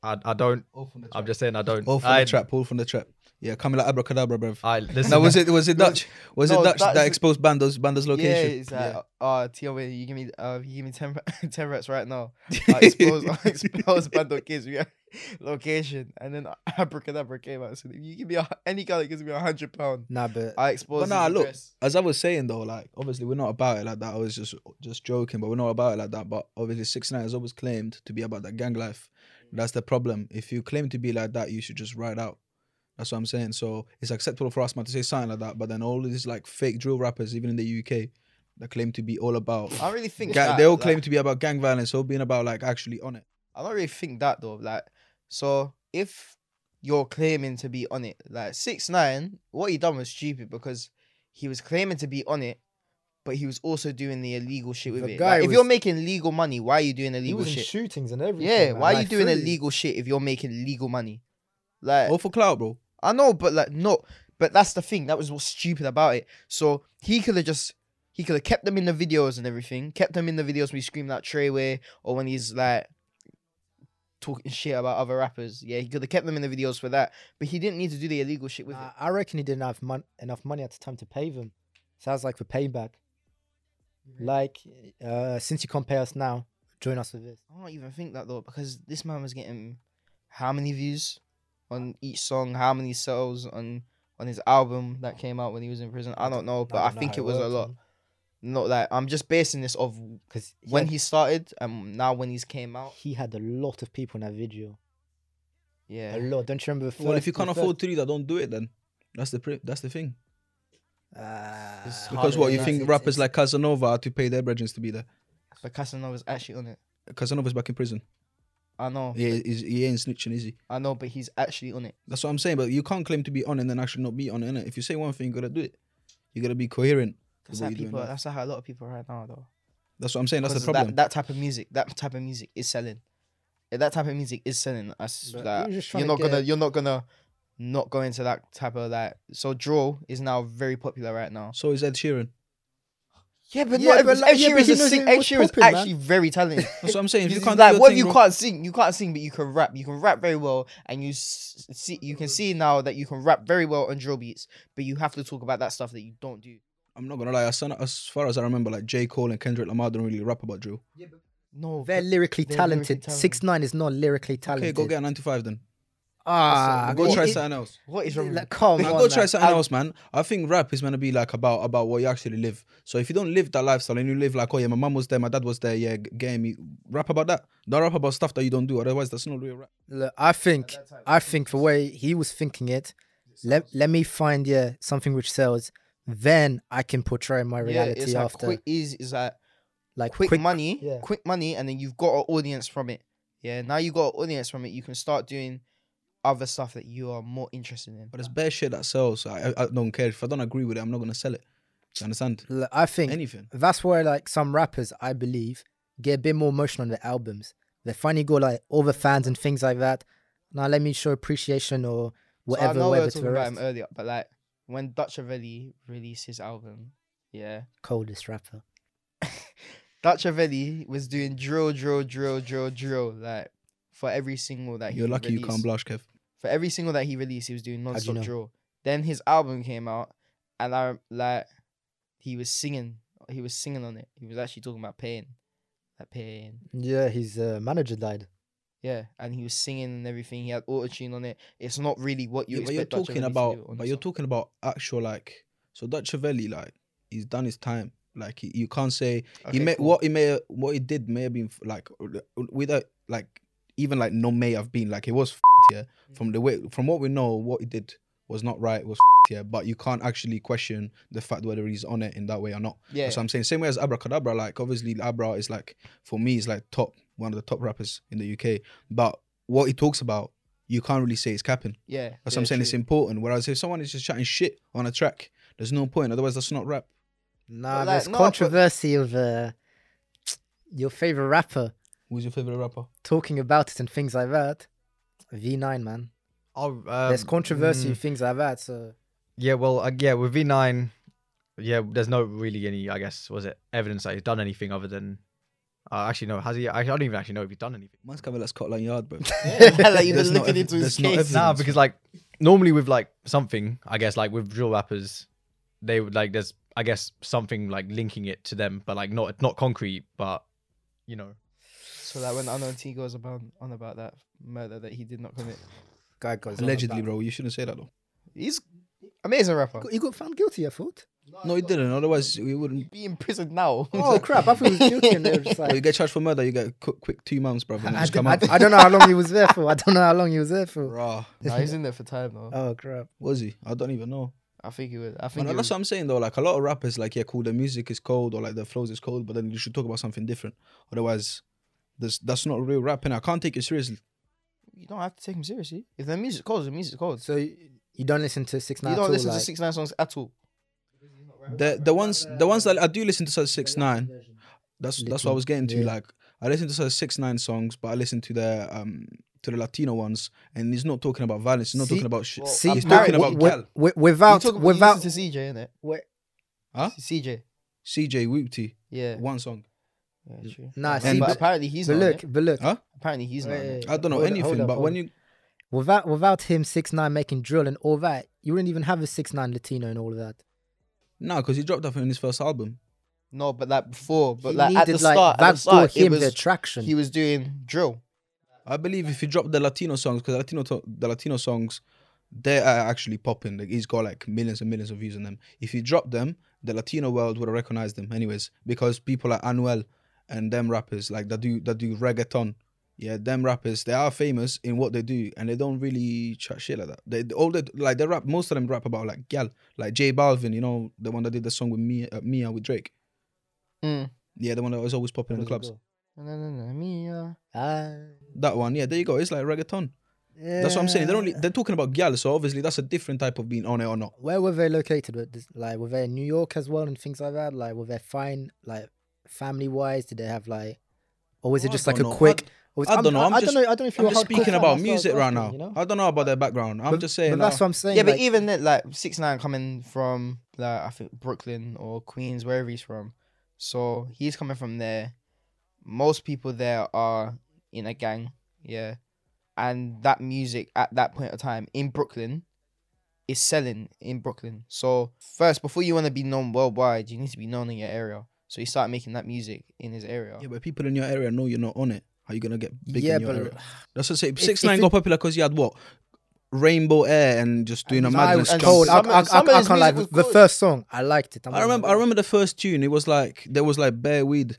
Speaker 4: I, I don't.
Speaker 2: All from the trap.
Speaker 4: I'm just saying I don't.
Speaker 2: all from
Speaker 4: I,
Speaker 2: the trap, all from the trap. Yeah, coming like abracadabra, bruv.
Speaker 4: I listen.
Speaker 2: Now was it was it Dutch? Was
Speaker 3: No,
Speaker 2: it Dutch
Speaker 3: that
Speaker 2: that,
Speaker 3: is-
Speaker 2: exposed Bando's Bando's
Speaker 3: Yeah,
Speaker 2: location?
Speaker 3: it's like, uh, Tio, wait, you give me, uh, you give me *laughs* 10, re- 10 reps right
Speaker 2: *laughs*
Speaker 3: now. I expose, I expose Bando Kids, we are- *laughs* location. And then *laughs* Abracadabra came out and said, if you give me a, any guy that gives me a hundred pound,
Speaker 1: Nah, but
Speaker 3: I expose
Speaker 2: But nah,
Speaker 3: his
Speaker 2: look,
Speaker 3: address."
Speaker 2: as I was saying though, like obviously we're not about it like that. I was just just joking, but we're not about it like that. But obviously, six nine has always claimed to be about that gang life.
Speaker 3: Mm.
Speaker 2: That's the problem. If you claim to be like that, you should just ride out. That's what I'm saying. So it's acceptable for us man to say something like that. But then all these like fake drill rappers, even in the UK, that claim to be all about.
Speaker 3: I don't really think
Speaker 2: Gang,
Speaker 3: that,
Speaker 2: they all
Speaker 3: like-
Speaker 2: claim to be about gang violence, all being about like actually on it.
Speaker 3: I don't really think that though. Like, so if you're claiming to be on it, like six nine, what he done was stupid because he was claiming to be on it, but he was also doing the illegal shit with
Speaker 1: The
Speaker 3: it.
Speaker 1: guy
Speaker 3: Like, if
Speaker 1: was-
Speaker 3: you're making legal money, why are you doing
Speaker 1: he
Speaker 3: illegal
Speaker 1: was in
Speaker 3: shit?
Speaker 1: shootings and everything.
Speaker 3: yeah,
Speaker 1: man,
Speaker 3: why are you
Speaker 1: like,
Speaker 3: doing
Speaker 1: fully.
Speaker 3: illegal shit if you're making legal money? Like,
Speaker 2: All for clout, bro.
Speaker 3: I know, but like, no, but that's the thing. That was what's stupid about it. So he could have just. He could have kept them in the videos and everything. Kept them in the videos when he screamed out Treyway or when he's like talking shit about other rappers. Yeah, he could have kept them in the videos for that. But he didn't need to do the illegal shit with
Speaker 1: Nah, I reckon he didn't have mon- enough money at the time to pay them. Sounds like for payback. Like, uh, since you can't pay us now, join us with this.
Speaker 3: it. I don't even think that though, because this man was getting how many views on each song, how many sales on on his album that came out when he was in prison. I don't know, but I, think it was a lot. Not that I'm just basing this of
Speaker 1: Because
Speaker 3: when he started and now when he's came out.
Speaker 1: he had a lot of people in that video.
Speaker 3: Yeah.
Speaker 1: A lot. Don't you remember the first?
Speaker 2: Well, if you can't
Speaker 1: the
Speaker 2: afford to do that, don't do it then. That's the pri- that's the thing.
Speaker 1: first- Ah,
Speaker 3: It's
Speaker 2: Because
Speaker 3: Uh, Harder
Speaker 2: what
Speaker 3: than
Speaker 2: you
Speaker 3: that.
Speaker 2: think rappers like Casanova are to pay their brethren to be there?
Speaker 3: But Casanova's actually on it.
Speaker 2: Casanova's back in prison.
Speaker 3: I know.
Speaker 2: Yeah, he's, he ain't snitching, is he?
Speaker 3: I know, but he's actually on it.
Speaker 2: That's what I'm saying. But you can't claim to be on and then actually not be on it. Innit? If you say one thing, you gotta do it. You gotta be coherent.
Speaker 3: That's
Speaker 2: What
Speaker 3: how
Speaker 2: you doing
Speaker 3: people.
Speaker 2: now?
Speaker 3: That's how a lot of people right now though.
Speaker 2: That's what I'm saying. That's the
Speaker 3: Because that,
Speaker 2: problem.
Speaker 3: that type of music, that type of music is selling. Yeah, That type of music is selling. Us
Speaker 1: But
Speaker 3: like,
Speaker 1: he was just
Speaker 3: you're
Speaker 1: trying to
Speaker 3: not gonna.
Speaker 1: get-
Speaker 3: You're not gonna. Not go into that type of like. So draw is now very popular right now.
Speaker 2: So is Ed Sheeran.
Speaker 3: Yeah, but
Speaker 1: Yeah,
Speaker 3: not.
Speaker 1: but
Speaker 3: every-
Speaker 1: like-
Speaker 3: Ed
Speaker 1: yeah,
Speaker 3: Sheeran
Speaker 1: but he
Speaker 3: is a
Speaker 1: knows
Speaker 3: sing-
Speaker 1: it
Speaker 3: Ed
Speaker 1: was
Speaker 3: Sheeran is
Speaker 1: popping, man.
Speaker 3: actually very talented.
Speaker 2: That's what I'm
Speaker 3: *laughs*
Speaker 2: saying. If you
Speaker 3: It's
Speaker 2: can't do
Speaker 3: like
Speaker 2: your
Speaker 3: what
Speaker 2: thing,
Speaker 3: you
Speaker 2: bro-
Speaker 3: can't sing, you can't sing, but you can rap. You can rap very well, and you s- see, you can see now that you can rap very well on drill beats, but you have to talk about that stuff that you don't do.
Speaker 2: I'm not gonna lie. As, son- as far as I remember, like J Cole and Kendrick Lamar don't really rap about drill.
Speaker 3: No,
Speaker 1: They're lyrically
Speaker 3: but- They're lyrically
Speaker 1: talented. Six nine is not lyrically
Speaker 2: Okay,
Speaker 1: talented.
Speaker 2: go get a 95 then.
Speaker 5: Ah,
Speaker 2: Go
Speaker 5: it-
Speaker 2: try
Speaker 5: it-
Speaker 2: something else.
Speaker 3: What is wrong?
Speaker 5: like, come
Speaker 2: Now
Speaker 5: on.
Speaker 2: go try
Speaker 5: man.
Speaker 2: something else, man. I think rap is meant to be like about about what you actually live. So if you don't live that lifestyle and you live like, oh yeah, my mum was there, my dad was there, yeah, g- game. You rap about that. Don't rap about stuff that you don't do. Otherwise, that's not real rap.
Speaker 1: Look, I think I think the way he was thinking it, let let me find yeah something which sells, then I can portray my
Speaker 3: yeah,
Speaker 1: reality
Speaker 3: it's like
Speaker 1: after
Speaker 3: quick easy. It's like
Speaker 1: like
Speaker 3: quick, money,
Speaker 1: yeah.
Speaker 3: quick money, and then you've got an audience from it. Yeah, now you got an audience from it. You can start doing other stuff that you are more interested in.
Speaker 2: But it's bare shit that sells. I, I I don't care if I don't agree with it. I'm not gonna sell it. You understand?
Speaker 1: Look, I think
Speaker 2: Anything.
Speaker 1: that's where like some rappers I believe get a bit more emotional on their albums. They finally go like all the fans and things like that. Now let me show appreciation or whatever.
Speaker 3: So I know we
Speaker 1: whatever
Speaker 3: were
Speaker 1: to
Speaker 3: talking
Speaker 1: the
Speaker 3: about
Speaker 1: rest.
Speaker 3: him earlier, but like when Dutchavelli released his album, yeah,
Speaker 1: Coldest rapper.
Speaker 3: Dutchavelli was doing drill, drill, drill, drill, drill, like for every single that
Speaker 2: You're
Speaker 3: he
Speaker 2: lucky you can't
Speaker 3: released.
Speaker 2: blush, Kev.
Speaker 3: for every single that he released, he was doing
Speaker 1: do you
Speaker 3: non-stop
Speaker 1: know?
Speaker 3: drill. Then his album came out, and I like he was singing. He was singing on it. He was actually talking about pain, like pain.
Speaker 1: Yeah, his uh, manager died.
Speaker 3: Yeah, and he was singing and everything. He had auto tune on it. It's not really what you.
Speaker 2: Yeah, but you're
Speaker 3: expect Dutch
Speaker 2: talking
Speaker 3: Avella's to do
Speaker 2: about,
Speaker 3: on
Speaker 2: but
Speaker 3: a
Speaker 2: you're
Speaker 3: song.
Speaker 2: talking about actual like. So Dachavelli, like, he's done his time. Like, he, you can't say he
Speaker 3: Okay,
Speaker 2: may
Speaker 3: cool.
Speaker 2: what he may what he did may have been like without like even like no may have been like it was f***ed, yeah
Speaker 3: Mm.
Speaker 2: from the way from what we know what he did was not right was f***ed, yeah but you can't actually question the fact whether he's on it in that way or not
Speaker 3: Yeah,
Speaker 2: so I'm saying same way as Abracadabra like obviously Abra is like for me is like top one of the top rappers in the UK but what he talks about you can't really say it's capping
Speaker 3: yeah.
Speaker 2: that's
Speaker 3: yeah,
Speaker 2: what I'm saying
Speaker 3: true.
Speaker 2: it's important whereas if someone is just chatting shit on a track there's no point otherwise that's not rap
Speaker 1: Nah,
Speaker 3: like,
Speaker 1: there's
Speaker 3: no, but-
Speaker 1: controversy of uh, your favorite rapper
Speaker 2: who's your favorite rapper
Speaker 1: talking about it and things like that. V9 man,
Speaker 4: Oh,
Speaker 1: there's
Speaker 4: um,
Speaker 1: controversy
Speaker 4: mm,
Speaker 1: and things like that. So
Speaker 4: Yeah, well, uh, yeah, with V9, yeah, there's no really any, I guess, was it evidence that he's done anything other than. Uh, actually, no, has he? I don't even actually know if he's done anything.
Speaker 2: Must cover that Scotland Yard *laughs* bro
Speaker 3: like you're
Speaker 2: There's
Speaker 3: just
Speaker 2: no
Speaker 3: looking
Speaker 2: ev-
Speaker 3: into his
Speaker 2: there's no
Speaker 3: case.
Speaker 2: evidence.
Speaker 4: Nah, because like normally with like something, I guess like with drill rappers, they would like there's I guess something like linking it to them, but like not not concrete, but you know.
Speaker 3: So that when Unknown T goes about on about that murder that he did not commit,
Speaker 1: guy goes on
Speaker 2: Allegedly,
Speaker 1: about-
Speaker 2: bro. You shouldn't say that though.
Speaker 3: he's amazing rapper.
Speaker 1: He got found guilty. I thought.
Speaker 2: No, he didn't. Otherwise, we wouldn't.
Speaker 3: Be in
Speaker 1: *laughs*
Speaker 3: prison now.
Speaker 1: Oh crap! I thought he was guilty, and they were just
Speaker 3: *laughs*
Speaker 2: Well, you
Speaker 1: like.
Speaker 2: get charged for murder, you get quick, quick two months, bro. And
Speaker 1: I,
Speaker 2: just
Speaker 1: d-
Speaker 2: come
Speaker 1: I
Speaker 2: out.
Speaker 1: d- I don't know how long he was there for. I don't know how long he was there for.
Speaker 2: Bruh,
Speaker 3: Nah,
Speaker 1: *laughs*
Speaker 3: he's in there for time though.
Speaker 1: Oh crap!
Speaker 2: was he? I don't even know.
Speaker 3: I think he would. I
Speaker 2: Man,
Speaker 3: think he would.
Speaker 2: that's what I'm saying though. Like a lot of rappers, like yeah, cool. The music is cold, or like the flows is cold, but then you should talk about something different. Otherwise, this that's not real rapping. I can't take it seriously.
Speaker 3: you don't have to take him seriously. If the music calls, the music calls.
Speaker 1: So you, you don't listen to Six Nine?
Speaker 3: you
Speaker 1: at
Speaker 3: don't
Speaker 1: all,
Speaker 3: listen
Speaker 1: like,
Speaker 3: to six nine songs at all.
Speaker 2: The the ones the ones that I do listen to, such six nine. That's that's what I was getting to.
Speaker 1: yeah.
Speaker 2: Like I listen to such six nine songs, but I listen to the um to the Latino ones, and he's not talking about violence. He's not
Speaker 1: See-
Speaker 2: talking about shit.
Speaker 3: Well,
Speaker 1: See,
Speaker 2: he's talking
Speaker 1: wi-
Speaker 2: about
Speaker 1: wi-
Speaker 2: gal.
Speaker 1: wi-
Speaker 3: You
Speaker 1: without
Speaker 3: talk about
Speaker 1: without
Speaker 3: without to CJ, innit?
Speaker 1: wi-
Speaker 2: Huh?
Speaker 3: CJ.
Speaker 2: CJ Whoopty,
Speaker 3: Yeah.
Speaker 2: one song.
Speaker 3: yeah true.
Speaker 1: Nah,
Speaker 3: Yeah,
Speaker 1: see,
Speaker 3: but
Speaker 1: but-
Speaker 3: apparently he's
Speaker 1: but
Speaker 3: not.
Speaker 1: look,
Speaker 3: Look,
Speaker 1: but look,
Speaker 2: Huh?
Speaker 3: apparently he's not.
Speaker 1: Wait,
Speaker 3: innit?
Speaker 1: wait,
Speaker 2: I don't know
Speaker 1: Hold up,
Speaker 2: anything,
Speaker 1: hold up,
Speaker 2: but
Speaker 1: hold
Speaker 2: when
Speaker 1: up.
Speaker 2: you
Speaker 1: without without him six nine making drill and all that, you wouldn't even have a six nine Latino and all of that.
Speaker 2: no, because he dropped off in his first album.
Speaker 3: No, but like before, but
Speaker 1: He
Speaker 3: like at the
Speaker 1: needed,
Speaker 3: start, at the
Speaker 1: that's
Speaker 3: start,
Speaker 1: him
Speaker 3: it
Speaker 1: the
Speaker 3: was
Speaker 1: attraction.
Speaker 3: he was doing drill.
Speaker 2: I believe if he dropped the Latino songs, because Latino to- the Latino songs, they are actually popping. Like he's got like millions and millions of views on them. If he dropped them, the Latino world would have recognized them, anyways, because people like Anuel and them rappers, like that do that do reggaeton. Yeah, them rappers, they are famous in what they do, and they don't really chat shit like that. They all they like they rap. Most of them rap about like gal, like J Balvin, you know, the one that did the song with Mia, uh, Mia with Drake.
Speaker 3: Mm.
Speaker 2: Yeah, the one that was always popping in the clubs.
Speaker 3: Na, na, na, na, me, uh,
Speaker 1: Ah,
Speaker 2: That one, yeah, there you go. It's like reggaeton. That's what I'm saying. They're only
Speaker 1: Eh.
Speaker 2: they're talking about gyal, so obviously that's a different type of being on it or not.
Speaker 1: uh, Where were they located? Were this- Like, were they in New York as well and things like that? Like, were they fine, like, family wise? Did they have like, or was
Speaker 2: Oh,
Speaker 1: it
Speaker 2: I
Speaker 1: just like a
Speaker 2: don't know.
Speaker 1: quick? or
Speaker 2: I-
Speaker 1: was-
Speaker 2: I don't know. I'm
Speaker 1: I
Speaker 2: just-
Speaker 1: don't know. I don't know if you
Speaker 2: I'm
Speaker 1: were
Speaker 2: just
Speaker 1: hardcore
Speaker 2: speaking
Speaker 1: fan,
Speaker 2: about
Speaker 1: that's what I was
Speaker 2: music right
Speaker 1: asking,
Speaker 2: now.
Speaker 1: You know?
Speaker 2: I don't know about their background. I'm
Speaker 1: But-
Speaker 2: just saying.
Speaker 1: But that's
Speaker 2: uh,
Speaker 1: what I'm saying.
Speaker 3: yeah, but
Speaker 1: like,
Speaker 3: even then, like six nine coming from like I think Brooklyn or Queens, wherever he's from. So he's coming from there. Most people there are in a gang, yeah, and that music at that point of time in Brooklyn is selling in Brooklyn. So first, before you want to be known worldwide, you need to be known in your area. So he started making that music in his area.
Speaker 2: yeah, but people in your area know you're not on it. How you gonna get big
Speaker 1: yeah,
Speaker 2: in your
Speaker 1: but
Speaker 2: area? That's what I say.
Speaker 1: If-
Speaker 2: Six
Speaker 1: if
Speaker 2: nine
Speaker 1: it-
Speaker 2: got popular because you had what Rainbow Air and just doing a
Speaker 1: No, I
Speaker 2: madness.
Speaker 1: was
Speaker 2: jump.
Speaker 1: cold. I,
Speaker 6: Some of-
Speaker 1: I, I,
Speaker 6: some of
Speaker 1: I
Speaker 6: his
Speaker 1: can't lie.
Speaker 6: music was
Speaker 1: The
Speaker 6: good.
Speaker 1: first song, I liked it. I'm
Speaker 2: I
Speaker 1: not
Speaker 2: remember. I
Speaker 1: gonna
Speaker 2: remember the first tune. It was like there was like bare weed.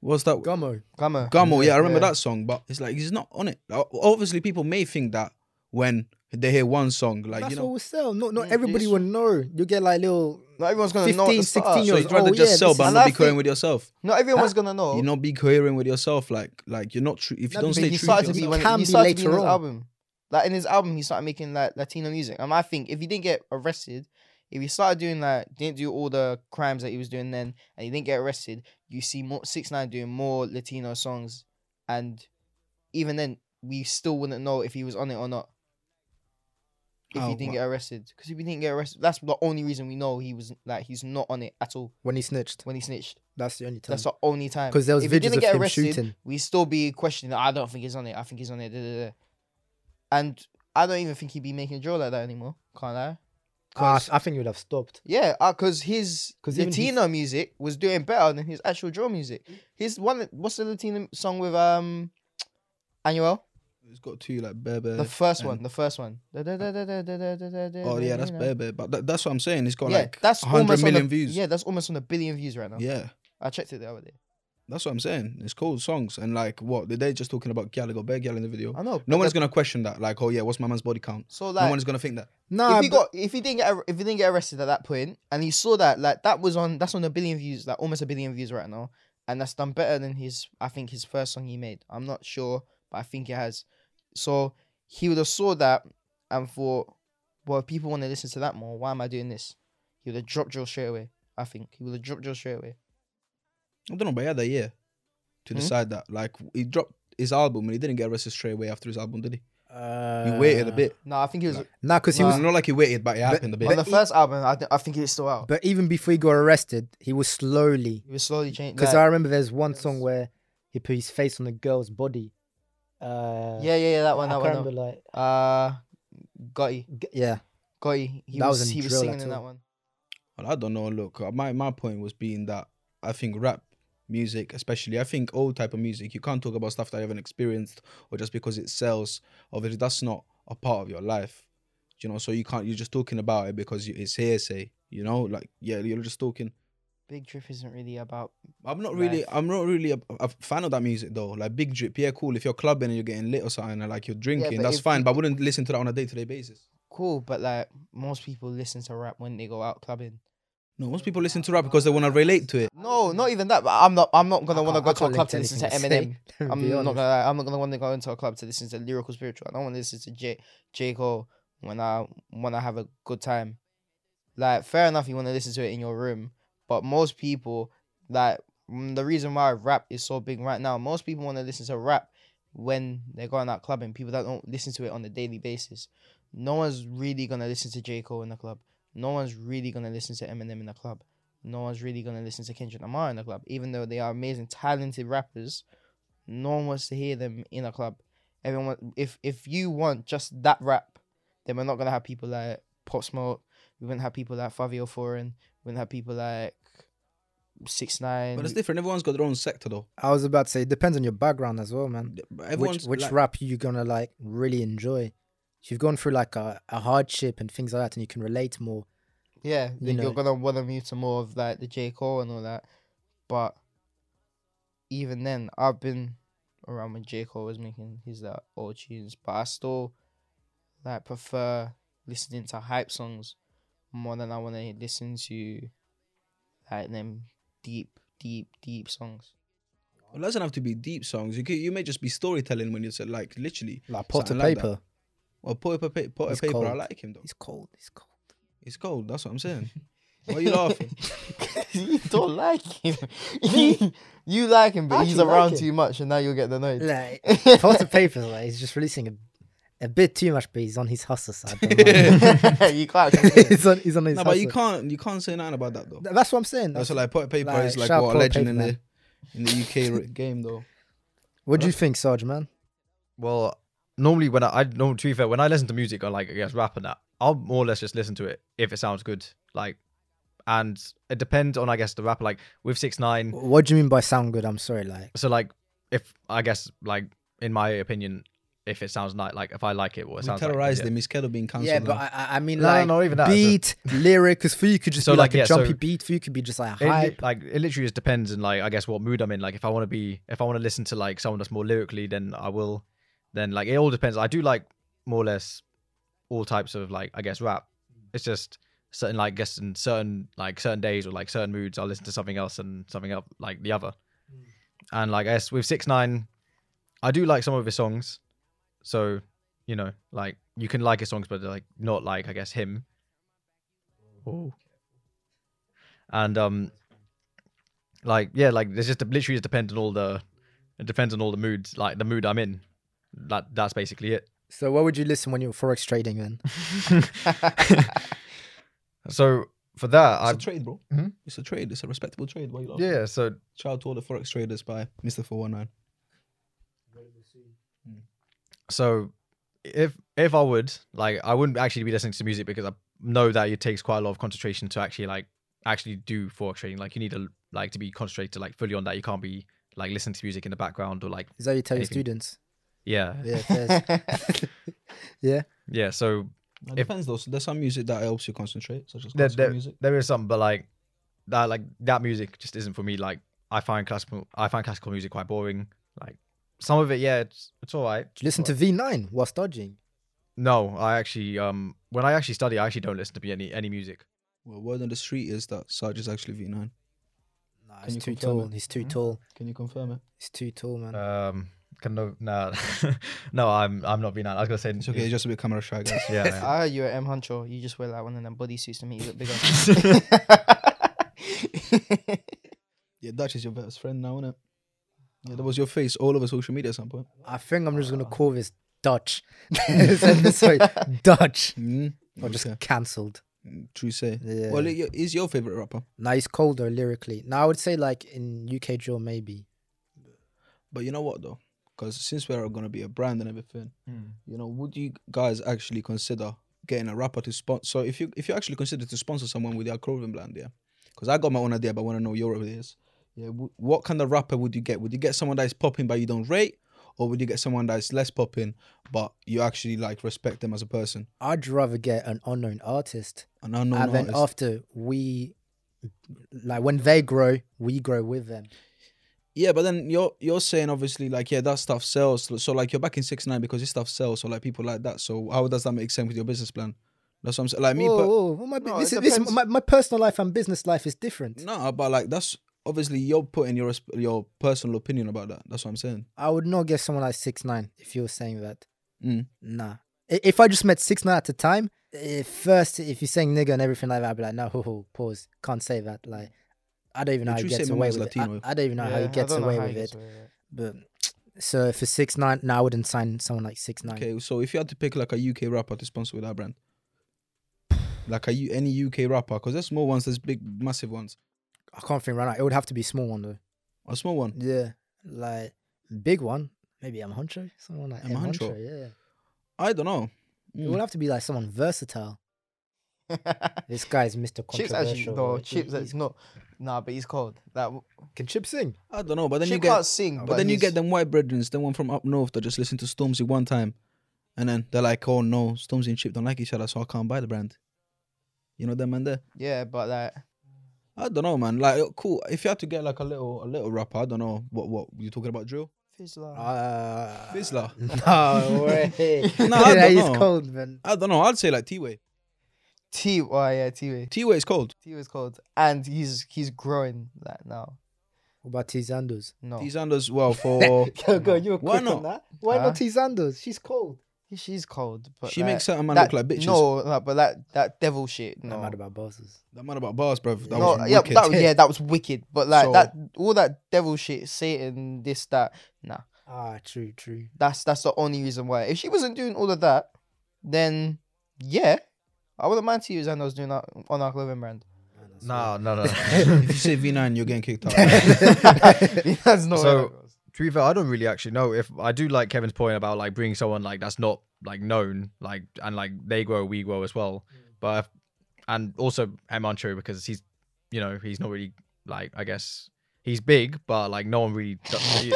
Speaker 2: What was that
Speaker 1: lie. Gummo.
Speaker 3: Glamour.
Speaker 2: Gummo? Yeah, I remember
Speaker 3: Yeah.
Speaker 2: that song. But it's like he's not on it. Like, obviously, people may think that when they hear one song, like
Speaker 1: That's
Speaker 2: you
Speaker 1: what
Speaker 2: know,
Speaker 1: will sell. Not not
Speaker 3: Mm,
Speaker 1: everybody
Speaker 3: yes.
Speaker 1: will know. You get like little
Speaker 3: Not everyone's gonna know.
Speaker 1: 15, 16
Speaker 2: so
Speaker 1: years
Speaker 2: you'd rather
Speaker 1: oh,
Speaker 2: just
Speaker 1: yeah,
Speaker 2: sell
Speaker 1: this
Speaker 2: but
Speaker 1: is-
Speaker 3: And
Speaker 2: not
Speaker 3: I
Speaker 2: be coherent
Speaker 3: think-
Speaker 2: with yourself.
Speaker 3: Not everyone's gonna know.
Speaker 2: You not be coherent with yourself. Like like you're not true. If you
Speaker 1: That'd
Speaker 2: don't
Speaker 1: be
Speaker 2: stay
Speaker 3: he
Speaker 2: true,
Speaker 3: started
Speaker 2: to
Speaker 3: to be
Speaker 2: yourself,
Speaker 3: when
Speaker 1: Can
Speaker 3: he
Speaker 1: be
Speaker 3: started to be in
Speaker 1: later
Speaker 3: his
Speaker 1: on.
Speaker 3: album. Like in his album, he started making like Latino music, and I think if he didn't get arrested, if he started doing like didn't do all the crimes that he was doing then, and he didn't get arrested, you see more Six Nine doing more Latino songs, and even then, we still wouldn't know if he was on it or not. If
Speaker 2: Oh,
Speaker 3: he didn't
Speaker 2: wha-
Speaker 3: get arrested, because if he didn't get arrested, that's the only reason we know he was like he's not on it at all
Speaker 1: when he snitched.
Speaker 3: when he snitched.
Speaker 1: That's the only time.
Speaker 3: That's the only time.
Speaker 1: 'Cause there was
Speaker 3: if
Speaker 1: videos
Speaker 3: he didn't
Speaker 1: of
Speaker 3: get
Speaker 1: him
Speaker 3: arrested,
Speaker 1: shooting.
Speaker 3: we still be questioning. I don't think he's on it. I think he's on it. da, da, da." And I don't even think he'd be making a draw like that anymore. Can't lie.
Speaker 1: Ah,
Speaker 3: 'Cause-
Speaker 1: I think you would have stopped.
Speaker 3: yeah, because his
Speaker 1: 'Cause even his-
Speaker 3: Latino music was doing better than his actual draw music. His one, what's the Latino song with um, Anuel?
Speaker 2: it's got two like bare bare.
Speaker 3: The first
Speaker 2: Uh, and-
Speaker 3: one, the first one. Da, da, da, da, da, da, da, da, da, da,
Speaker 2: Oh yeah, that's
Speaker 3: da, da.
Speaker 2: bare bare. But that, that's what I'm saying. It's got
Speaker 3: Yeah,
Speaker 2: like
Speaker 3: that's almost
Speaker 2: 100
Speaker 3: on
Speaker 2: million
Speaker 3: a,
Speaker 2: views.
Speaker 3: Yeah, that's almost on a billion views right now.
Speaker 2: yeah.
Speaker 3: I checked it the other day.
Speaker 2: That's what I'm saying. It's called songs. And like what they- they just talking about Gallagher, bare Gallagher in the video.
Speaker 3: I know.
Speaker 2: No
Speaker 3: but
Speaker 2: one's
Speaker 3: the-
Speaker 2: gonna question that. Like, oh yeah, what's my man's body count?
Speaker 3: So
Speaker 2: no
Speaker 3: like,
Speaker 2: one's gonna think that.
Speaker 1: No,
Speaker 3: if he got if he didn't get ar- if he didn't get arrested at that point and he saw that like that was on that's on a billion views like almost a billion views right now and that's done better than his I think his first song he made I'm not sure but I think it has so he would have saw that and thought well if people want to listen to that more why am I doing this he would have dropped drill straight away I think he would have dropped drill straight away
Speaker 2: I don't know, but he had a year to
Speaker 3: Hmm?
Speaker 2: decide that. Like he dropped his album and he didn't get arrested straight away after his album, did he? He
Speaker 1: uh,
Speaker 2: waited a bit.
Speaker 3: no I think he was
Speaker 2: Like,
Speaker 1: Nah, because he
Speaker 3: Nah.
Speaker 1: was.
Speaker 2: It's not like he waited, but it happened a
Speaker 3: on
Speaker 2: bit.
Speaker 3: the first album I, th- I think he was still out
Speaker 1: But even before he got arrested, he was slowly.
Speaker 3: he was slowly changing
Speaker 1: Because I remember there's one song
Speaker 3: Yes.
Speaker 1: where he put his face on a girl's body. Uh,
Speaker 3: yeah yeah yeah that one
Speaker 1: I
Speaker 3: that
Speaker 1: can't
Speaker 3: one that
Speaker 1: remember
Speaker 3: one.
Speaker 1: like
Speaker 3: uh Gotti
Speaker 1: g- yeah.
Speaker 3: Gotti he
Speaker 1: That
Speaker 3: was,
Speaker 1: was in
Speaker 3: he was
Speaker 1: drill,
Speaker 3: singing
Speaker 1: that
Speaker 3: in
Speaker 1: too.
Speaker 3: that one
Speaker 2: Well, I don't know. Look, uh, my my point was being that I think rap music, especially, I think all type of music, you can't talk about stuff that you haven't experienced or just because it sells. Obviously, that's not a part of your life, you know. So you can't. You're just talking about it because you, it's hearsay, you know. Like yeah, you're just talking.
Speaker 3: Big Drip isn't really about.
Speaker 2: I'm not really,
Speaker 3: Life.
Speaker 2: I'm not really a, a fan of that music though. Like Big Drip, yeah, cool. If you're clubbing and you're getting lit or something, and like you're drinking,
Speaker 3: but
Speaker 2: that's
Speaker 3: if
Speaker 2: fine.
Speaker 3: you-
Speaker 2: But I wouldn't listen to that on a day-to-day basis.
Speaker 3: Cool, but like most people listen to rap when they go out clubbing.
Speaker 2: No, most people listen to rap because they want to relate to it.
Speaker 3: No, not even that. But I'm not. I'm not gonna
Speaker 1: I
Speaker 3: want to
Speaker 1: can't-
Speaker 3: go
Speaker 1: I
Speaker 3: to a
Speaker 1: can't
Speaker 3: club
Speaker 1: link
Speaker 3: to listen to
Speaker 1: anything he's *laughs*
Speaker 3: Eminem.
Speaker 1: saying,
Speaker 3: I'm
Speaker 1: be
Speaker 3: not
Speaker 1: honest.
Speaker 3: gonna. lie, I'm not gonna want to go into a club to listen to lyrical spiritual. I don't want to listen to J J Cole when I when I have a good time. Like fair enough, you want to listen to it in your room, but most people like mm, the reason why rap is so big right now. Most people want to listen to rap when they're going out clubbing. People that don't listen to it on a daily basis. No one's really gonna listen to J Cole in the club. No one's really gonna listen to Eminem in the club. No one's really gonna listen to Kendrick Lamar in the club, even though they are amazing, talented rappers no one wants to hear them in a club. Everyone, if if you want just that rap, then we're not gonna have people like Pop Smoke. We wouldn't have people like Fabio Foreign. We wouldn't have people like Six Nine.
Speaker 2: But it's different. Everyone's got their own sector though.
Speaker 1: I was about to say it depends on your background as well, man.
Speaker 2: But
Speaker 1: Which
Speaker 2: Everyone's
Speaker 1: which
Speaker 2: like-
Speaker 1: rap you gonna like really enjoy? If you've gone through like a, a hardship and things like that, and you can relate more.
Speaker 3: yeah, then
Speaker 1: know.
Speaker 3: you're gonna want to move to more of like the J Cole and all that. But even then, I've been around when J Cole was making his like old tunes, but I still like prefer listening to hype songs more than I want to listen to like them deep, deep, deep songs. *laughs*
Speaker 2: It doesn't have to be deep songs. You could, you may just be storytelling when you said like literally.
Speaker 1: Like pot to
Speaker 2: Something like that.
Speaker 1: paper.
Speaker 2: Well, put up a pa- put
Speaker 1: He's
Speaker 2: a paper. I
Speaker 1: cold.
Speaker 2: like him though.
Speaker 1: It's cold. It's cold.
Speaker 2: It's cold. That's what
Speaker 1: *laughs*
Speaker 2: I'm saying. Why are you laughing?
Speaker 3: you don't like him. *laughs* you, you like him, but
Speaker 1: I
Speaker 3: he's
Speaker 1: actually like
Speaker 3: around
Speaker 1: him.
Speaker 3: too much, and now you'll get
Speaker 1: *laughs*
Speaker 3: annoyed. *laughs*
Speaker 1: Like pot to paper. Like he's just releasing a, a bit too much, but he's on his hustle side. don't
Speaker 3: *laughs*
Speaker 1: worry.
Speaker 3: you can't. complain.
Speaker 1: *laughs* he's on he's on his.
Speaker 2: no,
Speaker 1: hustle.
Speaker 2: but you can't you can't say nothing about that though.
Speaker 1: Th- That's what I'm saying. That's
Speaker 2: That's so, like put a paper
Speaker 1: like,
Speaker 2: is like
Speaker 1: shout
Speaker 2: what a
Speaker 1: Put a
Speaker 2: legend
Speaker 1: Paper,
Speaker 2: in
Speaker 1: man.
Speaker 2: the in the
Speaker 1: *laughs*
Speaker 2: UK r- game though.
Speaker 1: what do you think, Sarge, man?
Speaker 4: Well, normally when I, I no, to be fair, when I listen to music, I like I guess rap and that. I'll more or less just listen to it if it sounds good. Like, and it depends on I guess the rapper. Like with six nine,
Speaker 1: What do you mean by sound good? I'm sorry, like
Speaker 4: so like if I guess like in my opinion, if it sounds like like if I like it, what it
Speaker 2: We
Speaker 4: sounds
Speaker 2: terrorized
Speaker 4: like.
Speaker 2: him. He's scared of being cancelled.
Speaker 1: yeah, but
Speaker 2: now.
Speaker 1: I, I- I mean,
Speaker 4: No,
Speaker 1: like,
Speaker 4: not even that, it's a-
Speaker 1: beat, lyric, because for you could just
Speaker 4: So,
Speaker 1: be like,
Speaker 4: like, yeah,
Speaker 1: a jumpy
Speaker 4: so-
Speaker 1: beat, for you could be just like
Speaker 4: It, li-
Speaker 1: hype.
Speaker 4: like it literally just depends on like I guess what mood I'm in. Like if I want to be, if I want to listen to like someone that's more lyrically, then I will. Then like it all depends. I do like more or less all types of like I guess rap. It's just certain like guess in certain like certain days or like certain moods, I'll listen to something else and something up like the other. And like I guess with six nine, I do like some of his songs. So you know, like you can like his songs, but like not like I guess him. Oh. And um, like yeah, like it's just literally just depends on all the, it depends on all the moods, like the mood I'm in. That that's basically it.
Speaker 1: So, what would you listen when you're forex trading then?
Speaker 4: so for that,
Speaker 2: it's
Speaker 4: I
Speaker 2: a trade, bro.
Speaker 1: Mm-hmm.
Speaker 4: Hmm?
Speaker 2: It's a trade. It's a respectable trade. Why you laughing?
Speaker 4: yeah. So
Speaker 2: Shout out to all the forex traders by Mister Four One Nine.
Speaker 4: so if if I would like, I wouldn't actually be listening to music because I know that it takes quite a lot of concentration to actually like actually do forex trading. Like you need to like to be concentrated like fully on that. You can't be like listening to music in the background or like
Speaker 1: Is that what you tell your
Speaker 4: Anything.
Speaker 1: students?
Speaker 4: yeah
Speaker 1: Yeah, fairs.
Speaker 3: *laughs*
Speaker 4: yeah. So
Speaker 2: It
Speaker 4: If-
Speaker 2: depends though. So there's some music that helps you concentrate, such as
Speaker 4: there,
Speaker 2: classical
Speaker 4: there-
Speaker 2: music.
Speaker 4: there is something, but like that, like that music just isn't for me. Like I find classical, I find classical music quite boring. Like some of it, yeah, it's it's all right.
Speaker 1: Do you listen to V9 whilst dodging?
Speaker 4: No, I actually, um, when I actually study, I actually don't listen to any any music.
Speaker 2: Well, word on the street is that Sarge is actually V nine.
Speaker 1: Nah,
Speaker 2: Can
Speaker 1: he's
Speaker 2: you
Speaker 1: too
Speaker 2: confirm
Speaker 1: tall.
Speaker 2: it?
Speaker 1: He's too tall.
Speaker 2: Can you confirm it?
Speaker 1: He's too tall, man.
Speaker 4: Um, can no, no, *laughs* no, I'm I'm not being. I was gonna say
Speaker 2: It's okay. It's just a bit camera shy, guys.
Speaker 4: Yeah,
Speaker 2: *laughs*
Speaker 4: man.
Speaker 3: Ah, you're M Huncho. You just wear like one of them body suits to make you look bigger.
Speaker 2: yeah, Dutch is your best friend now, innit? Yeah, that was your face all over social media at some point.
Speaker 1: *laughs* I think I'm just gonna call this Dutch. *laughs* this episode Dutch.
Speaker 2: Mm.
Speaker 1: Or just
Speaker 2: Okay.
Speaker 1: cancelled.
Speaker 2: Mm, True say.
Speaker 1: Yeah.
Speaker 2: Well, i- is your favorite rapper?
Speaker 1: now he's colder lyrically. Now I would say like in UK drill maybe.
Speaker 2: But you know what though? Because since we're gonna be a brand and everything, you know, would you guys actually consider getting a rapper to sponsor? So if you if you actually consider to sponsor someone with your clothing brand, yeah, because I got my own idea, but I want to know your ideas. Yeah, w- what kind of rapper would you get? Would you get someone that is popping but you don't rate, or would you get someone that is less popping but you actually like respect them as a person?
Speaker 1: I'd rather get an unknown artist.
Speaker 2: An unknown
Speaker 1: and then
Speaker 2: artist.
Speaker 1: after we like when they grow, we grow with them.
Speaker 2: Yeah, but then you're you're saying obviously like yeah that stuff sells. So- So like you're back in six nine because this stuff sells. So like people like that. So how does that make sense with your business plan? That's what I'm saying. Like me,
Speaker 1: whoa,
Speaker 2: but
Speaker 1: whoa, whoa, my, bu-
Speaker 3: No,
Speaker 1: this,
Speaker 3: it
Speaker 1: is- this,
Speaker 3: depends.
Speaker 1: my, my personal life and business life is different.
Speaker 2: no, but like that's obviously you're putting your resp- your personal opinion about that. That's what I'm saying.
Speaker 1: I would not get someone like six nine if you were saying that.
Speaker 2: Mm.
Speaker 1: Nah. I- If I just met six nine at the time, eh, first if you're saying nigga and everything like that, I'd be like, no, ho, ho, pause, can't say that. Like, I don't even know
Speaker 2: Would
Speaker 1: how he
Speaker 2: you
Speaker 1: gets
Speaker 2: say my
Speaker 1: away
Speaker 2: man's
Speaker 1: with
Speaker 2: Latino?
Speaker 1: it. I, I don't even know how
Speaker 3: *laughs* Yeah,
Speaker 1: he
Speaker 3: I
Speaker 1: gets
Speaker 3: don't know
Speaker 1: away
Speaker 3: how he
Speaker 1: with
Speaker 3: gets
Speaker 1: it.
Speaker 3: away with it.
Speaker 1: But so for six nine, no, I wouldn't sign someone like six nine.
Speaker 2: Okay, so if you had to pick like a UK rapper to sponsor with our brand, like a U- any UK rapper, because there's small ones, there's big massive ones.
Speaker 1: I can't think right now. It would have to be a small one though.
Speaker 2: A small one.
Speaker 1: Yeah, like big one. Maybe I'm Honcho, someone like
Speaker 2: M.
Speaker 1: M
Speaker 2: Huncho?
Speaker 1: Huncho, Yeah,
Speaker 2: I don't know. Hmm,
Speaker 1: it would have to be like someone versatile. This guy's Mr.
Speaker 3: *laughs* Chips
Speaker 1: Controversial.
Speaker 3: actually no,
Speaker 1: He-
Speaker 3: Chips
Speaker 1: he-
Speaker 3: is not. Nah, but he's cold. That w-
Speaker 1: Can Chip sing?
Speaker 2: I don't know. But then
Speaker 3: Chip
Speaker 2: you get
Speaker 3: can't sing.
Speaker 2: But then you
Speaker 3: he's-
Speaker 2: get them white brethren, the one from up north that just listen to Stormzy one time, and then they're like, "Oh no, Stormzy and Chip don't like each other, so I can't buy the brand." You know them man there.
Speaker 3: Yeah, but like
Speaker 2: I don't know, man. Like, uh, cool. If you had to get like a little, a little rapper, I don't know what, what you talking about, drill, Ah.
Speaker 3: Fizzler.
Speaker 1: Uh,
Speaker 2: Fizzler.
Speaker 1: no way. *laughs*
Speaker 2: No, I
Speaker 1: yeah,
Speaker 2: don't
Speaker 1: he's
Speaker 2: know.
Speaker 1: cold, man.
Speaker 2: I don't know. I'd say like T Way.
Speaker 3: T. Oh yeah, T. Way.
Speaker 2: T Way is cold.
Speaker 3: T. Way's cold, and he's he's growing like now.
Speaker 1: What about Tizandos?
Speaker 3: No,
Speaker 2: These Anders, well, for
Speaker 1: Yo, girl, you were
Speaker 2: Why quick on not?
Speaker 1: that.
Speaker 3: Why not Huh?
Speaker 1: Tizandos? She's cold.
Speaker 3: she's cold. *laughs* But
Speaker 2: she
Speaker 3: like,
Speaker 2: makes certain man
Speaker 3: that,
Speaker 2: look like bitches.
Speaker 3: No, like, but that that devil shit.
Speaker 1: No.
Speaker 3: No,
Speaker 1: I'm mad about bosses.
Speaker 2: that man about bars, bro. That
Speaker 3: no,
Speaker 2: was
Speaker 3: yeah,
Speaker 2: wicked.
Speaker 3: that, yeah, that was wicked. But like
Speaker 2: So-
Speaker 3: that, all that devil shit, Satan, this, that. Nah,
Speaker 1: Ah, true, true. *laughs*
Speaker 3: that's that's the only reason why. If she wasn't doing all of that, then yeah, I wouldn't mind T. Zando's doing that on our
Speaker 1: *laughs*
Speaker 3: clothing brand.
Speaker 4: No, no,
Speaker 2: *laughs* *laughs*
Speaker 4: no. *laughs*
Speaker 2: if you say V nine, you're getting kicked
Speaker 3: *laughs*
Speaker 2: out.
Speaker 3: That's no.
Speaker 4: So- to be fair, I don't really actually know if I do like Kevin's point about like bringing someone like that's not like known, like and like they grow, we grow as well. But if- and also M Ancho because he's, you know, he's not really like I guess he's big, but like no one really. Does,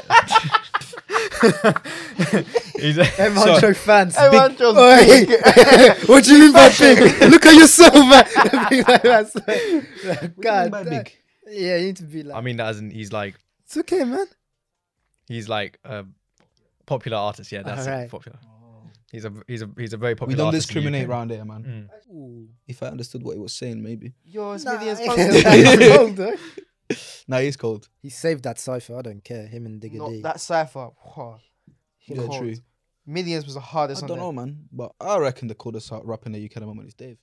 Speaker 4: *laughs* He's
Speaker 2: So-
Speaker 4: *laughs*
Speaker 1: Everyone show fans. Big-
Speaker 3: Everyone just
Speaker 1: Oi. *laughs* what do you mean by big? Look at yourself, man. *laughs* Be like that, so- God,
Speaker 2: By
Speaker 1: damn.
Speaker 2: big.
Speaker 1: yeah, you need to be like.
Speaker 4: I mean that isn't he's like
Speaker 1: it's okay, man.
Speaker 4: he's like a popular artist. Yeah, that's it,
Speaker 1: Alright.
Speaker 4: popular. He's a he's a he's a very
Speaker 2: We
Speaker 4: popular.
Speaker 2: don't
Speaker 4: artist in the
Speaker 2: discriminate
Speaker 4: UK.
Speaker 2: round here, man.
Speaker 4: Mm.
Speaker 2: If I understood what he was saying, maybe.
Speaker 1: *laughs*
Speaker 2: *laughs*
Speaker 3: Yours,
Speaker 1: Cold,
Speaker 3: eh?
Speaker 1: though.
Speaker 2: Nah, he's cold.
Speaker 1: he saved that cipher. I don't care. Him and Digga D.
Speaker 3: Not that cipher. Whoa. He
Speaker 2: Yeah,
Speaker 3: called.
Speaker 2: true.
Speaker 3: Millions was the hardest
Speaker 2: I
Speaker 3: on
Speaker 2: don't
Speaker 3: there.
Speaker 2: know, man. But I reckon the coldest rap in the UK at the moment is Dave.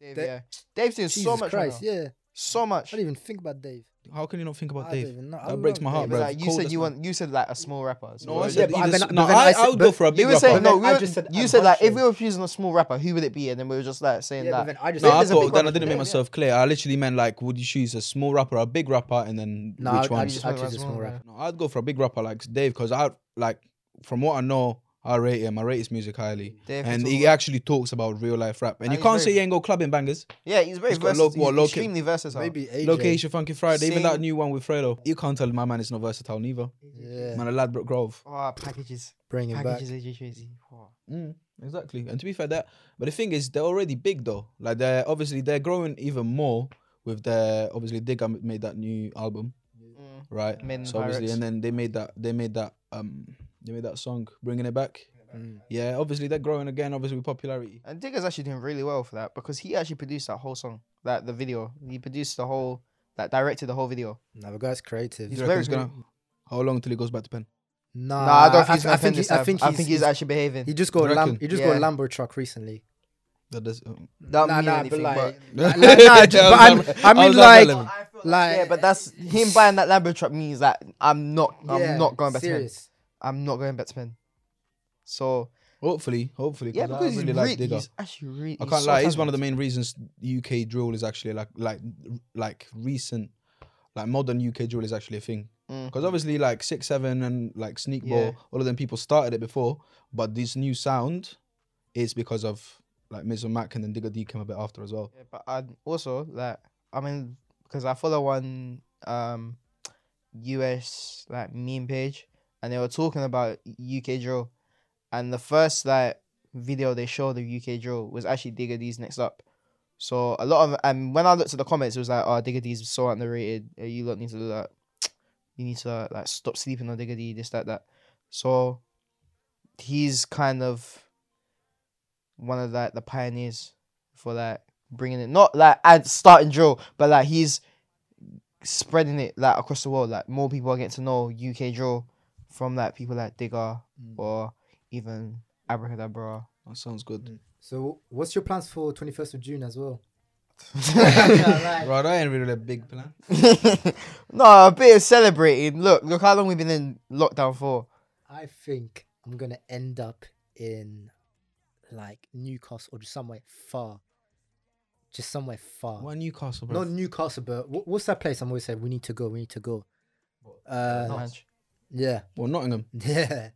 Speaker 3: Dave,
Speaker 1: Da-
Speaker 3: yeah. Dave's doing
Speaker 1: Jesus
Speaker 3: so much. right
Speaker 1: Christ,
Speaker 3: now.
Speaker 1: yeah.
Speaker 3: So
Speaker 1: I
Speaker 3: much.
Speaker 1: don't even think about Dave.
Speaker 2: How can you not think about
Speaker 1: I
Speaker 2: Dave?
Speaker 1: don't even know. I
Speaker 2: That
Speaker 1: love
Speaker 2: breaks my
Speaker 1: Dave.
Speaker 2: heart,
Speaker 3: It
Speaker 2: bro.
Speaker 3: was like, you said you want you said like a small rapper. so
Speaker 2: No, I
Speaker 3: what-
Speaker 2: said
Speaker 1: but
Speaker 2: either
Speaker 1: then-
Speaker 2: s-
Speaker 1: but
Speaker 2: no,
Speaker 1: then
Speaker 2: I,
Speaker 1: I
Speaker 2: I
Speaker 1: said-
Speaker 2: would go
Speaker 1: but
Speaker 2: for a big
Speaker 3: You were saying
Speaker 2: rapper.
Speaker 1: then
Speaker 3: no. We
Speaker 1: I
Speaker 3: were,
Speaker 1: just said
Speaker 3: you
Speaker 1: I'm
Speaker 3: said like if
Speaker 1: punching.
Speaker 3: we were choosing a small rapper, who would it be? And then we were just like saying
Speaker 1: Yeah, but
Speaker 3: that.
Speaker 1: then I just
Speaker 2: No,
Speaker 1: Dave
Speaker 2: I
Speaker 1: is a big
Speaker 2: thought then I
Speaker 1: rapper.
Speaker 2: didn't make myself clear. I literally meant like, would you choose a small rapper, a big rapper, and then
Speaker 1: No,
Speaker 2: which
Speaker 1: I, I
Speaker 2: one?
Speaker 1: just
Speaker 3: Which
Speaker 1: I
Speaker 3: one?
Speaker 1: choose a small rapper.
Speaker 2: No, I'd go for a big rapper like Dave because I like from what I know, I rate him. I rate his music highly,
Speaker 3: Dave
Speaker 2: and
Speaker 3: is
Speaker 2: he
Speaker 3: all-
Speaker 2: actually talks about real life rap. And
Speaker 3: And
Speaker 2: you
Speaker 3: he's
Speaker 2: can't
Speaker 3: very-
Speaker 2: say he ain't go clubbing bangers.
Speaker 3: yeah, he's very
Speaker 2: He's got
Speaker 3: versatile.
Speaker 2: low- what,
Speaker 3: he's
Speaker 2: low kid?
Speaker 3: extremely versatile.
Speaker 1: Maybe AJ.
Speaker 2: Location, Funky Friday, even that
Speaker 3: Sing.
Speaker 2: new one with Fredo. You can't tell my man is not versatile neither.
Speaker 1: Yeah,
Speaker 2: Man, a Ladbroke Grove.
Speaker 3: Oh, packages.
Speaker 1: bring him back.
Speaker 3: Packages AJ Tracy. Whoa.
Speaker 2: Mm, exactly. And to be fair, that but the thing is, they're already big though. Like they're obviously they're growing even more with their obviously Digga m- made that new album,
Speaker 3: Mm.
Speaker 2: right?
Speaker 3: Men
Speaker 2: so obviously,
Speaker 3: Pirates.
Speaker 2: and then they made that they made that um they made that song bringing it back.
Speaker 1: Mm.
Speaker 2: Yeah, obviously they're growing again. Obviously with popularity.
Speaker 3: And Digger's actually doing really well for that because he actually produced that whole song, like the video. He produced the whole, like directed the whole video.
Speaker 1: Now the guy's creative.
Speaker 2: Do
Speaker 3: He's
Speaker 2: you reckon
Speaker 3: very
Speaker 2: he's gonna- How long till he goes back to pen?
Speaker 1: Nah,
Speaker 3: nah, I don't think he's gonna
Speaker 1: I
Speaker 3: I
Speaker 1: think, he-
Speaker 3: this time.
Speaker 1: I think he's,
Speaker 3: actually behaving.
Speaker 1: he just got a
Speaker 2: Reckon?
Speaker 1: Lam- he just got a
Speaker 3: Yeah.
Speaker 1: Lambo truck recently.
Speaker 2: That does. Um,
Speaker 3: Don't
Speaker 1: nah,
Speaker 3: mean
Speaker 1: nah,
Speaker 3: anything,
Speaker 1: but like,
Speaker 3: but-
Speaker 1: *laughs* nah,
Speaker 2: *laughs*
Speaker 1: nah, nah, j- but I'm- I mean, like, like,
Speaker 3: yeah, but that's him buying that Lambo truck means that I'm not,
Speaker 1: yeah,
Speaker 3: I'm not going back to
Speaker 1: serious.
Speaker 3: pen. I'm not going back to pen. So
Speaker 2: hopefully, hopefully.
Speaker 3: yeah,
Speaker 2: 'cause I
Speaker 3: because
Speaker 2: really
Speaker 3: he's,
Speaker 2: like
Speaker 3: really,
Speaker 2: Digga.
Speaker 3: he's actually really.
Speaker 2: I can't lie. He's one of the main reasons UK drill is actually like like like recent, like modern UK drill is actually a thing.
Speaker 3: Mm.
Speaker 2: Because obviously, like six seven and like sneak
Speaker 3: Yeah.
Speaker 2: ball, all of them people started it before, but this new sound is because of like Miz and Mac and then Digger D came a bit after as well.
Speaker 3: Yeah, but I also like I mean because I follow one um US like meme page and they were talking about UK drill and the first like video they showed of UK drill was actually Digger D's next up. So a lot of and when I looked at the comments it was like oh Digger D's so underrated uh, you lot need to do that you need to like stop sleeping on Digger D this that that. So he's kind of one of like the pioneers for like bringing it not like and starting drill, but like he's spreading it like across the world. Like more people are getting to know UK drill from like people like Digger or even
Speaker 2: *laughs*
Speaker 3: Abracadabra. *laughs*
Speaker 2: That sounds good.
Speaker 1: So, what's your plans for 21st of June as well?
Speaker 2: Right, I ain't really a big plan.
Speaker 3: no, a bit of celebrating. Look, look how long we've been in lockdown for.
Speaker 1: I think I'm gonna end up in like Newcastle or just somewhere far, just somewhere far.
Speaker 2: Why Newcastle, bro?
Speaker 1: Not Newcastle, but wh- what's that place? I'm always saying we need to go. We need to go. Uh,
Speaker 3: Nice.
Speaker 1: yeah, *laughs*
Speaker 2: well, Nottingham.
Speaker 1: yeah.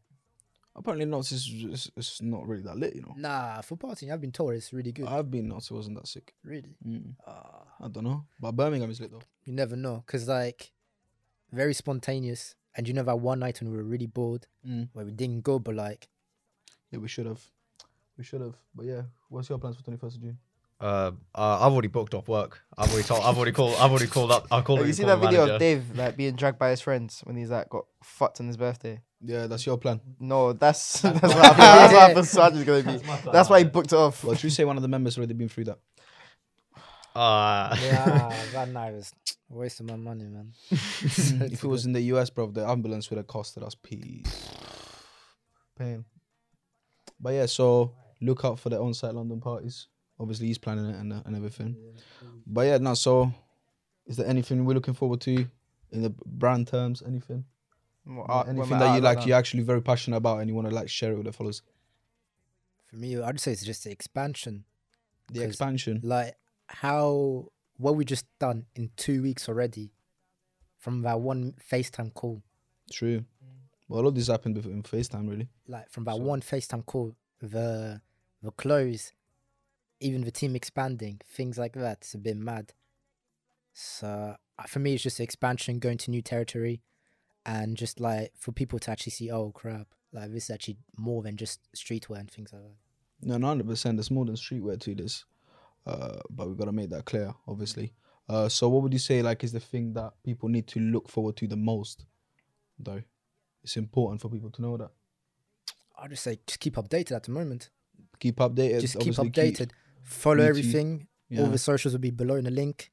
Speaker 2: Apparently, Notts is it's, it's not really that lit, you know.
Speaker 1: Nah, for partying, I've been told it's really good.
Speaker 2: I've been Notts, it wasn't that sick.
Speaker 1: really,
Speaker 2: Mm.
Speaker 1: uh,
Speaker 2: I don't know, but Birmingham is lit though.
Speaker 1: you never know, cause like very spontaneous. And you know that one night when we were really bored,
Speaker 2: Mm.
Speaker 1: where we didn't go, but
Speaker 2: *laughs*
Speaker 1: like
Speaker 2: Yeah, we should have. We should have. But yeah, what's your plans for 21st of June?
Speaker 4: Uh, uh, I've already booked off work. I've already told. I've already called. I've already called up. I called.
Speaker 3: Have you
Speaker 4: already
Speaker 3: seen
Speaker 4: called
Speaker 3: that
Speaker 4: the
Speaker 3: video
Speaker 4: manager.
Speaker 3: of Dave like being dragged by his friends when he's like got fucked on his birthday?
Speaker 2: Yeah, that's your plan.
Speaker 3: No, that's *laughs* that's what I that's *laughs* what I thought Sarge's gonna be. That's why he booked it
Speaker 2: *laughs*
Speaker 3: off.
Speaker 2: Well, should we say one of the members already been through that?
Speaker 4: Ah.
Speaker 1: yeah, that night was a waste of my money, man.
Speaker 2: *laughs*
Speaker 1: *laughs*
Speaker 2: if it was in the US, bro, the ambulance would have costed us peas. Pain. But yeah, so look out for the on-site London parties. Obviously, he's planning it and, uh, and everything. But yeah, no. So, is there anything we're looking forward to in the brand terms? Anything?
Speaker 3: Well, uh,
Speaker 2: anything
Speaker 3: when we're
Speaker 2: that
Speaker 3: out
Speaker 2: you
Speaker 3: of
Speaker 2: like?
Speaker 3: lockdown.
Speaker 2: You're actually very passionate about, and you want to like share it with the followers.
Speaker 1: For me, I'd say it's just the expansion.
Speaker 2: The
Speaker 1: 'Cause-
Speaker 2: expansion.
Speaker 1: Like how what we just done in two weeks already from that one FaceTime call.
Speaker 2: True. Well, all of this happened before in FaceTime, really.
Speaker 1: like from that
Speaker 2: So-
Speaker 1: one FaceTime call, the the close, even the team expanding, things like that. It's a bit mad. So uh, for me, it's just expansion, going to new territory, and just like for people to actually see, oh crap, like this is actually more than just streetwear and things like that.
Speaker 2: No, no, hundred percent. There's more than streetwear to this, uh, but we've got to make that clear, obviously. Uh, so what would you say like is the thing that people need to look forward to the most, though? It's important for people to know that.
Speaker 1: I'll just say, just keep updated at the moment.
Speaker 2: Keep updated.
Speaker 1: Just keep
Speaker 2: obviously
Speaker 1: updated. Follow
Speaker 2: YouTube,
Speaker 1: everything. All
Speaker 2: yeah.
Speaker 1: the socials will be below in the link,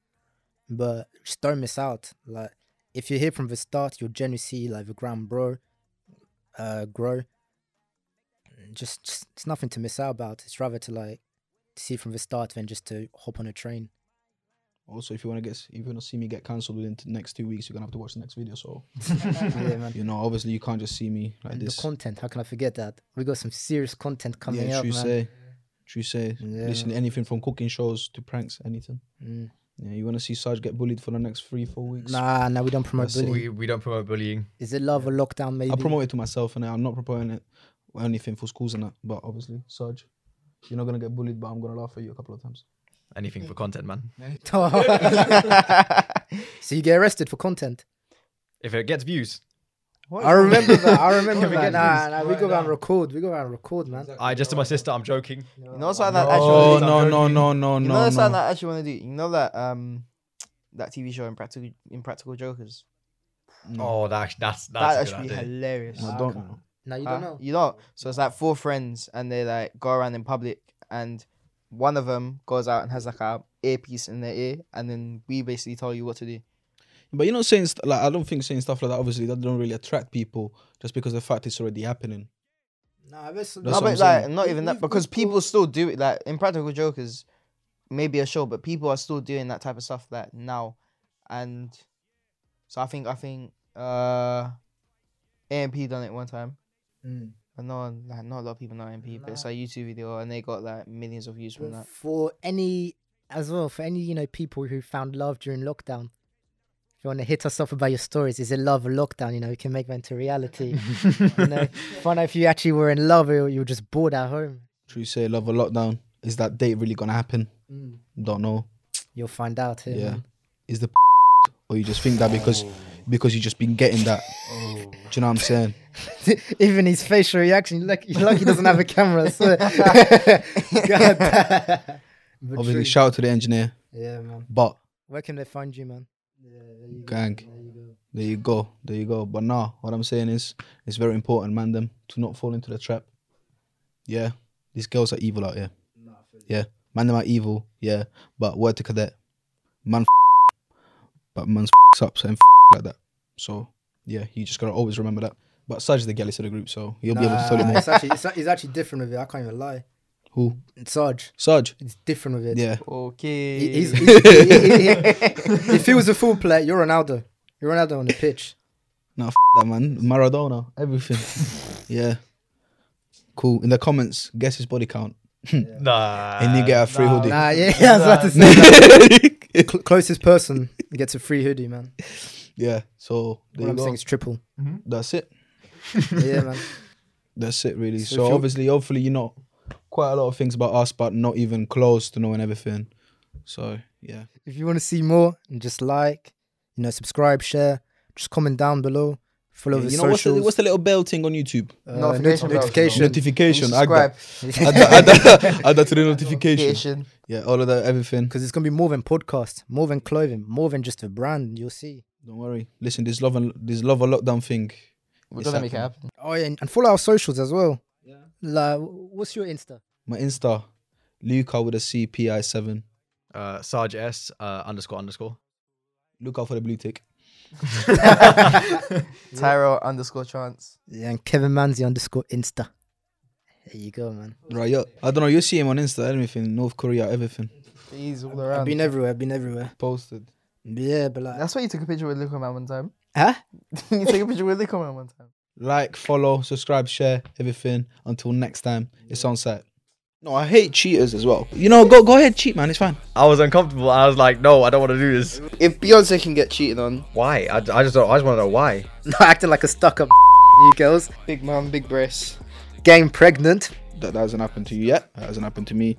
Speaker 1: but just don't miss out. Like if you're here from the start, you'll generally see like the ground bro, uh, grow. Just, just it's nothing to miss out about. It's rather to like see from the start than just to hop on a train.
Speaker 2: Also, if you want to get, if you want to see me get cancelled within the next two weeks, you're gonna have to watch the next video. So
Speaker 1: *laughs* yeah, man.
Speaker 2: you know, obviously, you can't just see me like
Speaker 1: And
Speaker 2: this.
Speaker 1: the content, how can I forget that? We got some serious content coming
Speaker 2: yeah,
Speaker 1: up,
Speaker 2: true
Speaker 1: man.
Speaker 2: say, true say.
Speaker 1: Yeah.
Speaker 2: Listen, anything from cooking shows to pranks, anything.
Speaker 1: Mm.
Speaker 2: Yeah, you want to see Sarge get bullied for the next three, four weeks?
Speaker 1: Nah, nah, we don't promote
Speaker 2: That's it.
Speaker 1: bullying.
Speaker 4: *laughs* We we don't promote bullying.
Speaker 1: Is it love or lockdown? Maybe.
Speaker 2: I promote it to myself, and I'm not promoting it anything for schools and that. But obviously, Sarge, you're not gonna get bullied, but I'm gonna laugh at you a couple of times.
Speaker 4: Anything for content, man.
Speaker 1: *laughs*
Speaker 3: *laughs*
Speaker 1: so you get arrested for content.
Speaker 4: If it gets views,
Speaker 1: I remember that. I remember
Speaker 4: we get
Speaker 1: that. Nah,
Speaker 4: this
Speaker 1: nah, we go around record. We go around record, man.
Speaker 4: I just to my sister. I'm joking.
Speaker 3: You know what's like that actually?
Speaker 2: Oh
Speaker 4: I'm
Speaker 2: no, no,
Speaker 4: joking.
Speaker 2: no, no, no,
Speaker 3: you know that's something
Speaker 2: no.
Speaker 3: that I actually want to do. You know that um that TV show Impractical Impractical Jokers.
Speaker 4: Oh, that, that's that's
Speaker 3: Mm. That
Speaker 4: a
Speaker 3: actually
Speaker 4: good
Speaker 3: be
Speaker 4: idea.
Speaker 3: hilarious.
Speaker 2: I don't know.
Speaker 1: No, you don't
Speaker 3: Huh?
Speaker 1: know.
Speaker 3: You don't. So it's like four friends, and they like go around in public, and one of them goes out and has like a earpiece in their ear, and then we basically tell you what to do.
Speaker 2: But you know, saying st- like I don't think saying stuff like that obviously that don't really attract people just because the fact it's already happening.
Speaker 1: Nah, that's,
Speaker 2: That's what
Speaker 3: no, but
Speaker 2: I'm
Speaker 3: like
Speaker 2: saying.
Speaker 3: not even that
Speaker 1: We've-
Speaker 3: because
Speaker 1: we've
Speaker 3: people
Speaker 1: all-
Speaker 3: still do it. Like Impractical Jokers, maybe a show, but people are still doing that type of stuff like now, and so I think I think uh, AMP done it one time.
Speaker 1: Mm.
Speaker 3: But no, one- like not a lot of people know AMP, but it's a YouTube video, and they got like millions of views from that.
Speaker 1: for any as well for any you know people who found love during lockdown. If you want to hit us up about your stories, is it love or lockdown? You know, we can make that into reality. you know, find out if you actually were in love or you were just bored at home.
Speaker 2: True say, love a lockdown. Is that date really gonna happen?
Speaker 3: Mm.
Speaker 2: Don't know.
Speaker 1: You'll find out here.
Speaker 2: Yeah.
Speaker 1: man.
Speaker 2: Is the or you just think that because
Speaker 3: Oh.
Speaker 2: because you just been getting that. Do you know what I'm saying?
Speaker 1: *laughs* Even his facial reaction, like you're lucky he doesn't have a camera. So. *laughs* God. But
Speaker 2: obviously,
Speaker 1: true.
Speaker 2: shout out to the engineer.
Speaker 1: Yeah, man.
Speaker 2: But
Speaker 1: Where can they find you, man? Yeah, there you
Speaker 2: gang, there you go, there you go. But nah, what I'm saying is it's very important, man, them to not fall into the trap. Yeah, these girls are evil out here. Yeah, man, them are evil. Yeah, but word to cadet, man, but man's up saying like that. So yeah, you just gotta always remember that. But Saj is the galley to the group, so he'll be able to tell you more.
Speaker 1: it's actually it's, it's actually different with it. I can't even lie.
Speaker 2: Who?
Speaker 1: Sarge,
Speaker 2: Sarge.
Speaker 1: it's different with it.
Speaker 2: Yeah.
Speaker 3: okay.
Speaker 1: He, he's, he, he, he- if he was a full player, you're Ronaldo. You're Ronaldo on the pitch.
Speaker 2: No, f- that man. Maradona, everything.
Speaker 1: *laughs*
Speaker 2: yeah. Cool. In the comments, guess his body count.
Speaker 4: Nah.
Speaker 2: And you get a free hoodie.
Speaker 1: Nah, yeah, yeah, *laughs* I was about to say.
Speaker 2: *laughs*
Speaker 1: Cl- closest person gets a free hoodie, man.
Speaker 2: yeah. So there
Speaker 1: What
Speaker 2: you
Speaker 1: I'm
Speaker 2: go.
Speaker 1: saying is
Speaker 2: *laughs*
Speaker 1: triple.
Speaker 2: That's it.
Speaker 1: Yeah, man.
Speaker 2: That's it, really.
Speaker 1: So
Speaker 2: So,
Speaker 1: if you-
Speaker 2: obviously, hopefully, you know quite a lot of things about us, but not even close to knowing everything. So yeah.
Speaker 1: If you want to see more, just like, you know, subscribe, share, just comment down below, follow
Speaker 2: you
Speaker 1: the
Speaker 2: know what's the,
Speaker 1: socials.
Speaker 2: what's the little bell thing on YouTube?
Speaker 1: uh,
Speaker 3: Notification
Speaker 1: not-
Speaker 3: bells,
Speaker 1: notification.
Speaker 2: Notification. Add
Speaker 3: subscribe.
Speaker 2: that. Add that, add that- add that to the notification.
Speaker 3: Notification.
Speaker 2: Yeah, all of that, everything.
Speaker 1: Because it's gonna be more than podcast, more than clothing, more than just a brand. You'll see.
Speaker 2: Don't worry. Listen, this love and this love a lockdown thing.
Speaker 3: We're
Speaker 2: It's
Speaker 3: gonna make it
Speaker 2: happening.
Speaker 3: happen.
Speaker 1: Oh yeah, and, and follow our socials as well. Yeah. Like, what's your Insta?
Speaker 2: My Insta, Luca with a CPI seven.
Speaker 4: Uh, Sarge S uh, underscore underscore.
Speaker 2: Look out for the blue tick.
Speaker 3: Tyro underscore chance.
Speaker 1: Yeah, and Kevin Manzi underscore Insta. There you go, man.
Speaker 2: Right, yeah. I don't know. You see him on Insta, everything, North Korea, everything
Speaker 3: He's all
Speaker 1: I've
Speaker 3: around.
Speaker 1: been everywhere. I've been everywhere.
Speaker 2: posted.
Speaker 1: Yeah, but like,
Speaker 3: That's why you took a picture with Liquor Man one time. *laughs*
Speaker 1: huh?
Speaker 3: you took a picture with Liquor Man one time.
Speaker 2: Like, follow, subscribe, share, everything. Until next time, it's on site. No, I hate cheaters as well. You know, go go ahead, cheat, man. It's fine.
Speaker 4: I was uncomfortable. I was like, no, I don't want to do this.
Speaker 3: If Beyonce can get cheated on,
Speaker 4: Why? I, I just don't, I just want to know why.
Speaker 1: *laughs* Not acting like a stuck up. *laughs* You girls
Speaker 3: big man, big breasts.
Speaker 1: getting pregnant.
Speaker 2: That, that hasn't happened to you yet. That hasn't happened to me.